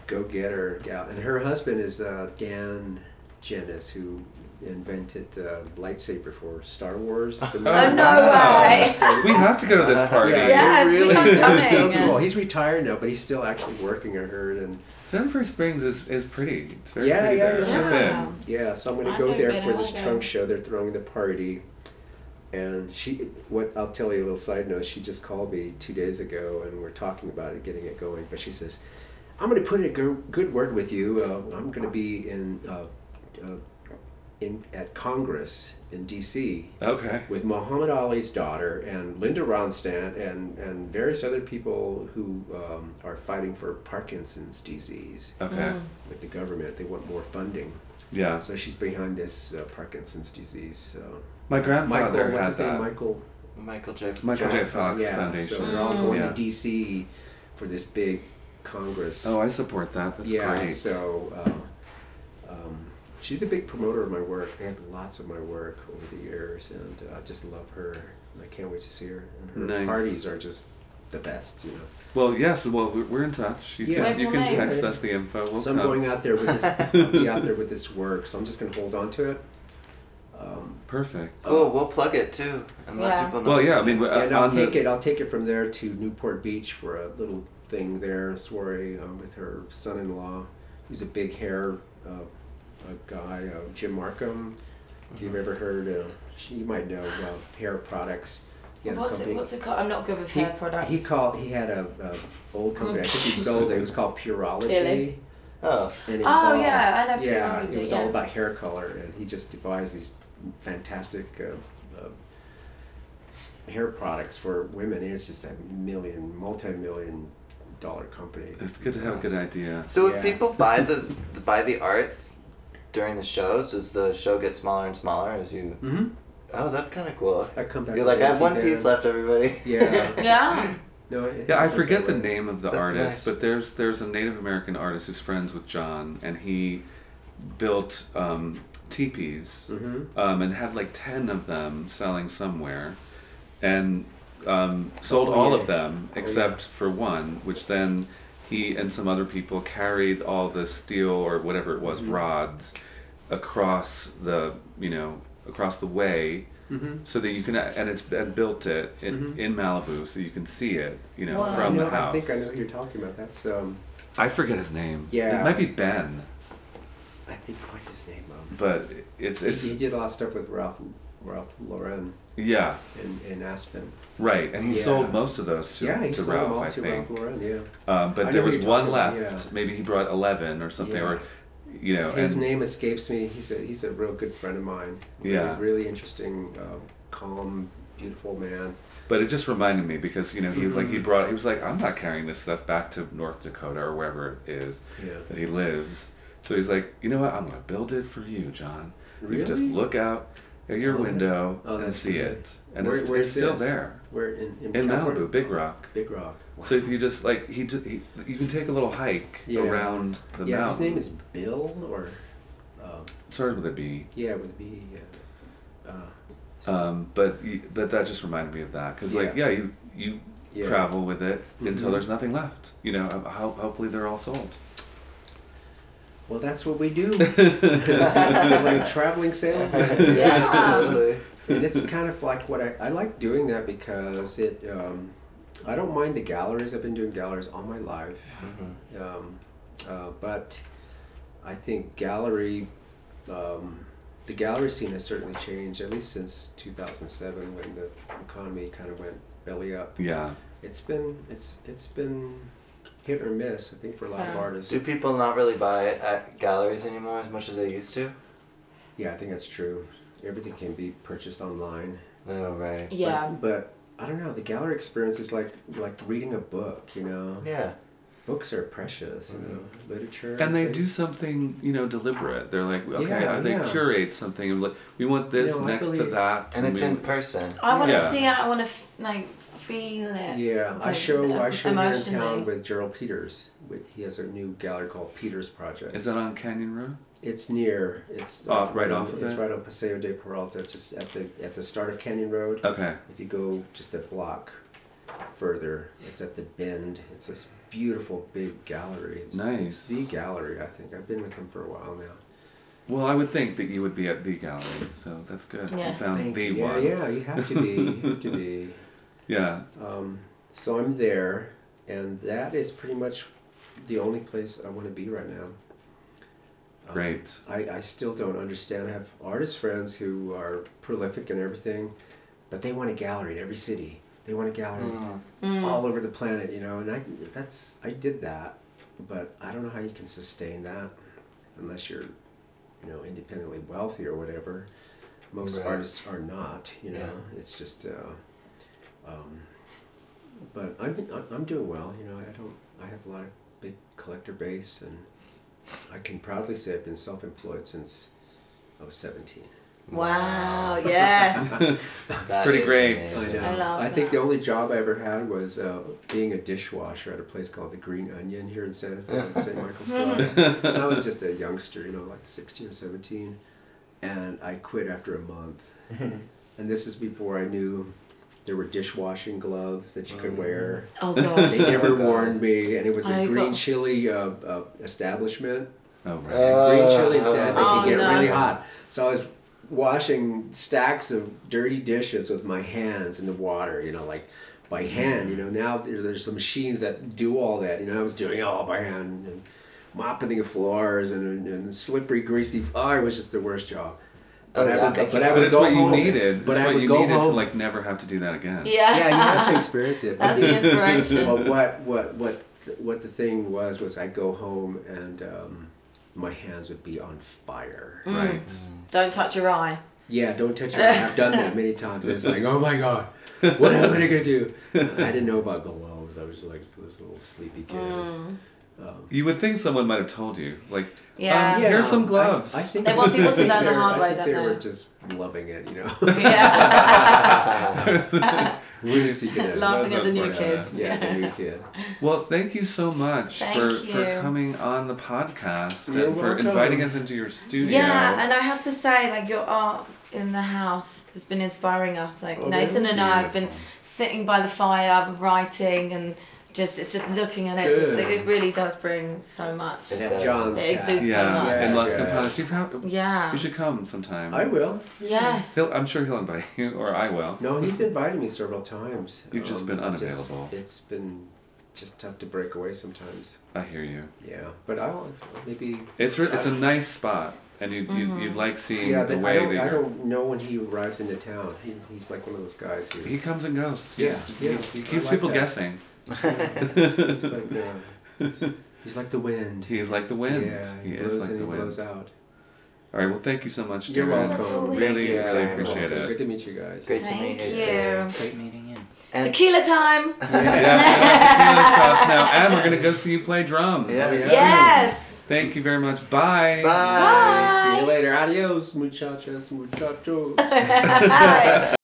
Speaker 5: go getter gal, and her husband is uh, Dan Janice, who invented the lightsaber for Star Wars. The movie.
Speaker 4: Oh, no
Speaker 3: wow.
Speaker 4: way.
Speaker 3: We have to go to this party.
Speaker 5: Yeah,
Speaker 4: Yes,
Speaker 5: they're
Speaker 4: we
Speaker 5: really,
Speaker 4: are
Speaker 5: they're so
Speaker 4: coming.
Speaker 5: cool. He's retired now, but he's still actually working. I heard, and
Speaker 3: Sanford Springs is, is pretty. It's very
Speaker 5: Yeah,
Speaker 3: pretty
Speaker 5: yeah,
Speaker 3: there.
Speaker 5: yeah.
Speaker 3: I've
Speaker 4: Yeah.
Speaker 3: been.
Speaker 5: Yeah, so I'm gonna
Speaker 4: I've
Speaker 5: go
Speaker 4: never
Speaker 5: there
Speaker 4: been,
Speaker 5: for
Speaker 4: I
Speaker 5: this
Speaker 4: wanna
Speaker 5: trunk
Speaker 4: go.
Speaker 5: show. They're throwing the party, and she. What I'll tell you a little side note. She just called me two days ago, and we're talking about it, getting it going. But she says, "I'm gonna put in a go- good word with you. Uh, I'm gonna be in, uh, uh, in at Congress in D.C.
Speaker 3: Okay.
Speaker 5: with Muhammad Ali's daughter and Linda Ronstadt and and various other people who um, are fighting for Parkinson's disease
Speaker 3: Okay.
Speaker 5: with the government. They want more funding."
Speaker 3: Yeah.
Speaker 5: So she's behind this uh, Parkinson's disease. Uh,
Speaker 3: My grandfather
Speaker 5: Michael, what's
Speaker 3: had
Speaker 5: his name?
Speaker 3: that.
Speaker 5: Michael.
Speaker 2: Michael J.
Speaker 3: Michael J.
Speaker 2: Fox.
Speaker 3: Fox
Speaker 5: yeah. So
Speaker 3: Foundation.
Speaker 5: they're all going
Speaker 3: Yeah.
Speaker 5: to D.C. for this big Congress.
Speaker 3: Oh, I support that. That's
Speaker 5: yeah.
Speaker 3: great.
Speaker 5: So uh, um, she's a big promoter of my work and lots of my work over the years, and uh, I just love her. And I can't wait to see her. And her
Speaker 3: Nice.
Speaker 5: parties are just the best, you know.
Speaker 3: Well, yes. Well, we- we're in touch. You
Speaker 5: Yeah.
Speaker 3: can, you can
Speaker 4: Right,
Speaker 3: text
Speaker 5: right.
Speaker 3: us the info. We'll
Speaker 5: so I'm
Speaker 3: come.
Speaker 5: going out there with this. I'll be out there with this work. So I'm just gonna hold on to it. Um,
Speaker 3: Perfect.
Speaker 2: Cool. Oh, We'll plug it too and let
Speaker 4: Yeah.
Speaker 2: people know.
Speaker 3: Well, yeah. I mean, uh,
Speaker 5: and I'll
Speaker 3: on
Speaker 5: take
Speaker 3: the,
Speaker 5: it. I'll take it from there to Newport Beach for a little thing there. Soiree um, with her son-in-law. He's a big hair uh, a guy, uh, Jim Markham. If
Speaker 3: Mm-hmm.
Speaker 5: you've ever heard, uh, she- you might know uh, hair products. He had a
Speaker 4: What's it,
Speaker 5: company-
Speaker 4: what's it called? I'm not good with hair products.
Speaker 5: he, he called. He had a, a old company. I think he sold it. It was called Purology.
Speaker 4: Clearly.
Speaker 2: Oh,
Speaker 5: And it was
Speaker 4: Oh,
Speaker 5: all,
Speaker 4: yeah, I know
Speaker 5: yeah,
Speaker 4: Purology,
Speaker 5: It was
Speaker 4: yeah.
Speaker 5: all about hair color, and he just devised these fantastic uh, uh, hair products for women. And it's just a million, multi-million dollar company.
Speaker 3: It's good to have a good idea.
Speaker 2: so
Speaker 5: Yeah.
Speaker 2: if people buy the the- buy the art during the shows, does the show get smaller and smaller as you?
Speaker 5: Mm-hmm.
Speaker 2: Oh, that's kind of cool.
Speaker 5: I come back.
Speaker 2: You're like, I
Speaker 5: later
Speaker 2: have one
Speaker 5: then."
Speaker 2: piece left, everybody.
Speaker 5: Yeah.
Speaker 4: yeah.
Speaker 5: No. It,
Speaker 3: Yeah, I
Speaker 5: it's
Speaker 3: forget
Speaker 5: that
Speaker 3: the
Speaker 5: way.
Speaker 3: name of the
Speaker 2: That's
Speaker 3: artist,
Speaker 2: nice.
Speaker 3: but there's there's a Native American artist who's friends with John, and he built um, teepees
Speaker 5: Mhm.
Speaker 3: um, and had like ten of them selling somewhere, and um, sold
Speaker 5: Oh,
Speaker 3: all
Speaker 5: yeah.
Speaker 3: of them
Speaker 5: yeah.
Speaker 3: except for one, which then he and some other people carried all the steel or whatever it
Speaker 5: Mm-hmm.
Speaker 3: was rods across the you know across the way.
Speaker 5: Mm-hmm.
Speaker 3: So that you can, and it's and built it in, in Malibu, so you can see it, you know,
Speaker 4: Wow.
Speaker 3: from
Speaker 5: Oh, I know,
Speaker 3: the house.
Speaker 5: I think I know who you're talking about. That's um.
Speaker 3: I forget his name.
Speaker 5: Yeah.
Speaker 3: it might be Ben,
Speaker 5: I think what's his name? Um,
Speaker 3: but it's it's
Speaker 5: he, he did a lot of stuff with Ralph Ralph Lauren
Speaker 3: yeah,
Speaker 5: in, in Aspen.
Speaker 3: right. And he
Speaker 5: Yeah.
Speaker 3: sold most of those to
Speaker 5: yeah, he
Speaker 3: to
Speaker 5: sold
Speaker 3: Ralph,
Speaker 5: them all
Speaker 3: I
Speaker 5: to
Speaker 3: think.
Speaker 5: Ralph Lauren. Yeah.
Speaker 3: Um,
Speaker 5: I
Speaker 3: but
Speaker 5: know
Speaker 3: there
Speaker 5: who
Speaker 3: was
Speaker 5: you're
Speaker 3: one
Speaker 5: talking
Speaker 3: left.
Speaker 5: about, yeah.
Speaker 3: Maybe he brought eleven or something, or you know,
Speaker 5: His
Speaker 3: and
Speaker 5: name escapes me. He's a he's a real good friend of mine. Really-
Speaker 3: Yeah.
Speaker 5: Really, interesting, uh, calm, beautiful man.
Speaker 3: but it just reminded me because you know he like
Speaker 5: Mm-hmm.
Speaker 3: he brought he was like I'm not carrying this stuff back to North Dakota or wherever it is
Speaker 5: Yeah.
Speaker 3: that he lives. So he's like, you know what? I'm gonna build it for you, John. You can just
Speaker 5: Really?
Speaker 3: look out at your
Speaker 5: Oh,
Speaker 3: window
Speaker 5: oh,
Speaker 3: and
Speaker 5: that's
Speaker 3: see
Speaker 5: cool.
Speaker 3: it, and
Speaker 5: Where-
Speaker 3: it's,
Speaker 5: where's
Speaker 3: it's still
Speaker 5: this?
Speaker 3: there
Speaker 5: Where in in,
Speaker 3: in
Speaker 5: California?
Speaker 3: Malibu, Big Rock.
Speaker 5: Big Rock. Wow.
Speaker 3: So if you just like he, ju- he you can take a little hike
Speaker 5: Yeah.
Speaker 3: around the
Speaker 5: yeah,
Speaker 3: mountain.
Speaker 5: his name is Bill or um,
Speaker 3: started with a B.
Speaker 5: yeah, with a B. Yeah. Uh,
Speaker 3: Um, but you, that that just reminded me of that because like
Speaker 5: Yeah.
Speaker 3: yeah you you
Speaker 5: Yeah.
Speaker 3: travel with it until
Speaker 5: Mhm.
Speaker 3: there's nothing left. You know, ho- ho- hopefully they're all sold.
Speaker 5: well, that's what we do. We're like traveling salesmen.
Speaker 4: Yeah.
Speaker 2: Totally.
Speaker 5: and it's kind of like what I, I like doing that because it um, I don't mind the galleries. I've been doing galleries all my life, um, uh, but I think gallery um, the gallery scene has certainly changed at least since 2007 when the economy kind of went belly up.
Speaker 3: Yeah,
Speaker 5: It's been it's it's been hit or miss I think for a lot of
Speaker 4: Yeah.
Speaker 5: artists.
Speaker 2: Do people not really buy it at galleries anymore as much as they used to?
Speaker 5: Yeah, I think that's true. Everything can be purchased online.
Speaker 2: No, right.
Speaker 4: Yeah.
Speaker 5: But, but I don't know. The gallery experience is like like reading a book. You know,
Speaker 2: Yeah.
Speaker 5: books are precious. You know, literature.
Speaker 3: and Mm-hmm. they do
Speaker 5: things-
Speaker 3: something you know deliberate. They're like okay,
Speaker 5: Yeah,
Speaker 3: uh, they
Speaker 5: yeah.
Speaker 3: curate something. and like we want this
Speaker 5: No, I
Speaker 3: next to
Speaker 5: believe-
Speaker 3: that,
Speaker 2: And it's
Speaker 3: we-
Speaker 2: in person.
Speaker 4: I want to
Speaker 3: Yeah.
Speaker 4: see it. I want to f- like feel it.
Speaker 5: Yeah, I
Speaker 4: Like,
Speaker 5: show I
Speaker 4: um,
Speaker 5: show here in
Speaker 4: emotionally.
Speaker 5: town with Gerald Peters. With, he has a new gallery called Peters Project.
Speaker 3: Is that on Canyon Road?
Speaker 5: It's near. It's
Speaker 3: Oh, right
Speaker 5: on-
Speaker 3: off of
Speaker 5: It's
Speaker 3: it?
Speaker 5: right on Paseo de Peralta, just at the at the start of Canyon Road.
Speaker 3: Okay.
Speaker 5: If you go just a block further, it's at the bend. It's this beautiful big gallery. It's, It's
Speaker 3: Nice.
Speaker 5: the gallery. I think I've been with him for a while now.
Speaker 3: Well, I would think that you would be at the gallery, so that's good.
Speaker 4: Yes.
Speaker 3: You found
Speaker 5: Thank
Speaker 3: the
Speaker 5: you. yeah,
Speaker 3: one.
Speaker 5: Yeah, you have to be. You have to be.
Speaker 3: yeah.
Speaker 5: Um, so I'm there, and that is pretty much the only place I want to be right now.
Speaker 3: Great.
Speaker 5: I, I still don't understand. I have artist friends who are prolific and everything, but they want a gallery in every city. They want a gallery all over the planet, you know. And I that's I did that, but I don't know how you can sustain that unless you're, you know, independently wealthy or whatever. Most
Speaker 2: Right.
Speaker 5: artists are not, you know. It's just. Uh, um, but I'm I'm doing well, you know. I don't. I have a lot of big collector base, and I can proudly say I've been self-employed since I was 17.
Speaker 4: Wow. Yes.
Speaker 2: That
Speaker 3: pretty
Speaker 2: is
Speaker 3: great.
Speaker 2: amazing.
Speaker 4: I love
Speaker 5: Oh, I think
Speaker 4: that.
Speaker 5: the only job I ever had was uh, being a dishwasher at a place called the Green Onion here in Santa Fe, in St. Michael's,
Speaker 4: Mm-hmm.
Speaker 5: Florida. and I was just a youngster, you know, like 16 or 17, and I quit after a month. and this is before I knew there were dishwashing gloves that you could wear.
Speaker 4: Oh
Speaker 5: They
Speaker 4: god.
Speaker 5: never
Speaker 2: God.
Speaker 5: warned me, and it was a
Speaker 4: I
Speaker 5: green
Speaker 4: got-
Speaker 5: chili uh, uh, establishment.
Speaker 3: Oh, right.
Speaker 2: Uh,
Speaker 5: green chili said they
Speaker 4: Oh,
Speaker 5: can get
Speaker 4: no.
Speaker 5: really hot. So I was washing stacks of dirty dishes with my hands in the water, you know, like by
Speaker 3: Mm-hmm.
Speaker 5: hand, you know. Now there- there's some machines that do all that, you know. I was doing it all by hand and mopping the floors and, and slippery, greasy. Oh, it was just the worst job. But
Speaker 2: Oh,
Speaker 5: I would,
Speaker 2: yeah.
Speaker 5: go, but I
Speaker 3: but
Speaker 5: would
Speaker 3: it's
Speaker 5: go
Speaker 3: what you
Speaker 5: home.
Speaker 3: needed.
Speaker 5: But
Speaker 3: it's
Speaker 5: I
Speaker 3: what
Speaker 5: would
Speaker 3: you
Speaker 5: go
Speaker 3: needed
Speaker 5: home.
Speaker 3: to like never have to do that again.
Speaker 5: yeah, you have to
Speaker 4: Yeah.
Speaker 5: experience it.
Speaker 4: That's the inspiration.
Speaker 5: But what what what what the thing was was I'd go home and um, my hands would be on fire.
Speaker 3: Right.
Speaker 4: Don't touch your eye.
Speaker 5: Yeah, don't touch your eye. I've done that many times. It's like, oh my god, what am I gonna do? I didn't know about gloves. I was just like this little sleepy kid.
Speaker 4: Mm.
Speaker 5: Um,
Speaker 3: You would think someone might have told you, like,
Speaker 4: Yeah.
Speaker 3: um, here's
Speaker 5: no,
Speaker 3: some
Speaker 5: I-
Speaker 3: gloves.
Speaker 5: I think-
Speaker 4: They want people to
Speaker 5: I think
Speaker 4: learn the
Speaker 5: they were-
Speaker 4: hard
Speaker 5: I
Speaker 4: way,
Speaker 5: think
Speaker 4: don't
Speaker 5: They
Speaker 4: they?
Speaker 5: were just loving it, you know.
Speaker 4: Yeah.
Speaker 5: Lunacy kid.
Speaker 4: Laughing at the new kid.
Speaker 3: That's
Speaker 5: Yeah, the new kid.
Speaker 3: well, thank you so much
Speaker 4: Thank
Speaker 3: for, for
Speaker 4: you.
Speaker 3: coming on the podcast
Speaker 5: You're
Speaker 3: and for
Speaker 5: welcome.
Speaker 3: inviting us into your studio.
Speaker 4: Yeah, and I have to say, like your art in the house has been inspiring us. Like
Speaker 5: Oh,
Speaker 4: Nathan
Speaker 5: really?
Speaker 4: and I have been sitting by the fire, writing, and just it's just looking at it. Just,
Speaker 5: Good.
Speaker 4: it really does bring so much.
Speaker 2: It
Speaker 4: It,
Speaker 5: Yeah,
Speaker 2: does.
Speaker 5: John's
Speaker 4: exudes
Speaker 5: cat.
Speaker 4: so
Speaker 3: yeah.
Speaker 4: much.
Speaker 5: Yeah.
Speaker 3: and Las
Speaker 5: Yeah.
Speaker 3: Campanas. You've had-
Speaker 4: Yeah.
Speaker 3: You should come sometime.
Speaker 5: I will.
Speaker 4: Yes.
Speaker 3: He'll, I'm sure he'll invite you, or I will.
Speaker 5: No, he's invited me several times.
Speaker 3: You've just been
Speaker 5: it's-
Speaker 3: unavailable.
Speaker 5: it's been just tough to break away sometimes.
Speaker 3: I hear you.
Speaker 5: Yeah, but I'll maybe.
Speaker 3: It's re- it's a nice spot, and you you
Speaker 4: Mm-hmm.
Speaker 3: you like seeing
Speaker 5: Yeah,
Speaker 3: the
Speaker 5: but
Speaker 3: way
Speaker 5: I don't,
Speaker 3: that
Speaker 5: I
Speaker 3: you're-
Speaker 5: don't know when he arrives into town. He's, he's like one of those guys who.
Speaker 3: he comes and goes.
Speaker 5: yeah, yeah.
Speaker 3: He keeps people guessing.
Speaker 5: He's like, the- he's like the wind.
Speaker 3: He's like the wind.
Speaker 5: Yeah,
Speaker 3: he
Speaker 5: he,
Speaker 3: is
Speaker 5: blows
Speaker 3: like
Speaker 5: in,
Speaker 3: the
Speaker 5: he
Speaker 3: wind.
Speaker 5: blows out.
Speaker 3: All right. Well, thank you so much.
Speaker 5: You're
Speaker 3: Darren.
Speaker 5: welcome.
Speaker 3: Really,
Speaker 2: Yeah,
Speaker 3: really
Speaker 2: you're
Speaker 3: appreciate
Speaker 5: Good
Speaker 3: it.
Speaker 5: to meet you guys.
Speaker 2: Great to
Speaker 4: Thank
Speaker 2: meet you.
Speaker 4: you.
Speaker 6: Great meeting you.
Speaker 2: And
Speaker 4: Tequila time.
Speaker 3: Yeah, we have tequila shots now, and we're gonna go see you play drums.
Speaker 2: Yeah.
Speaker 5: Yeah.
Speaker 4: Yes.
Speaker 3: Thank you very much. Bye.
Speaker 2: bye.
Speaker 5: See
Speaker 4: Bye.
Speaker 5: you later. Adios, muchachos, muchachos.
Speaker 4: Bye.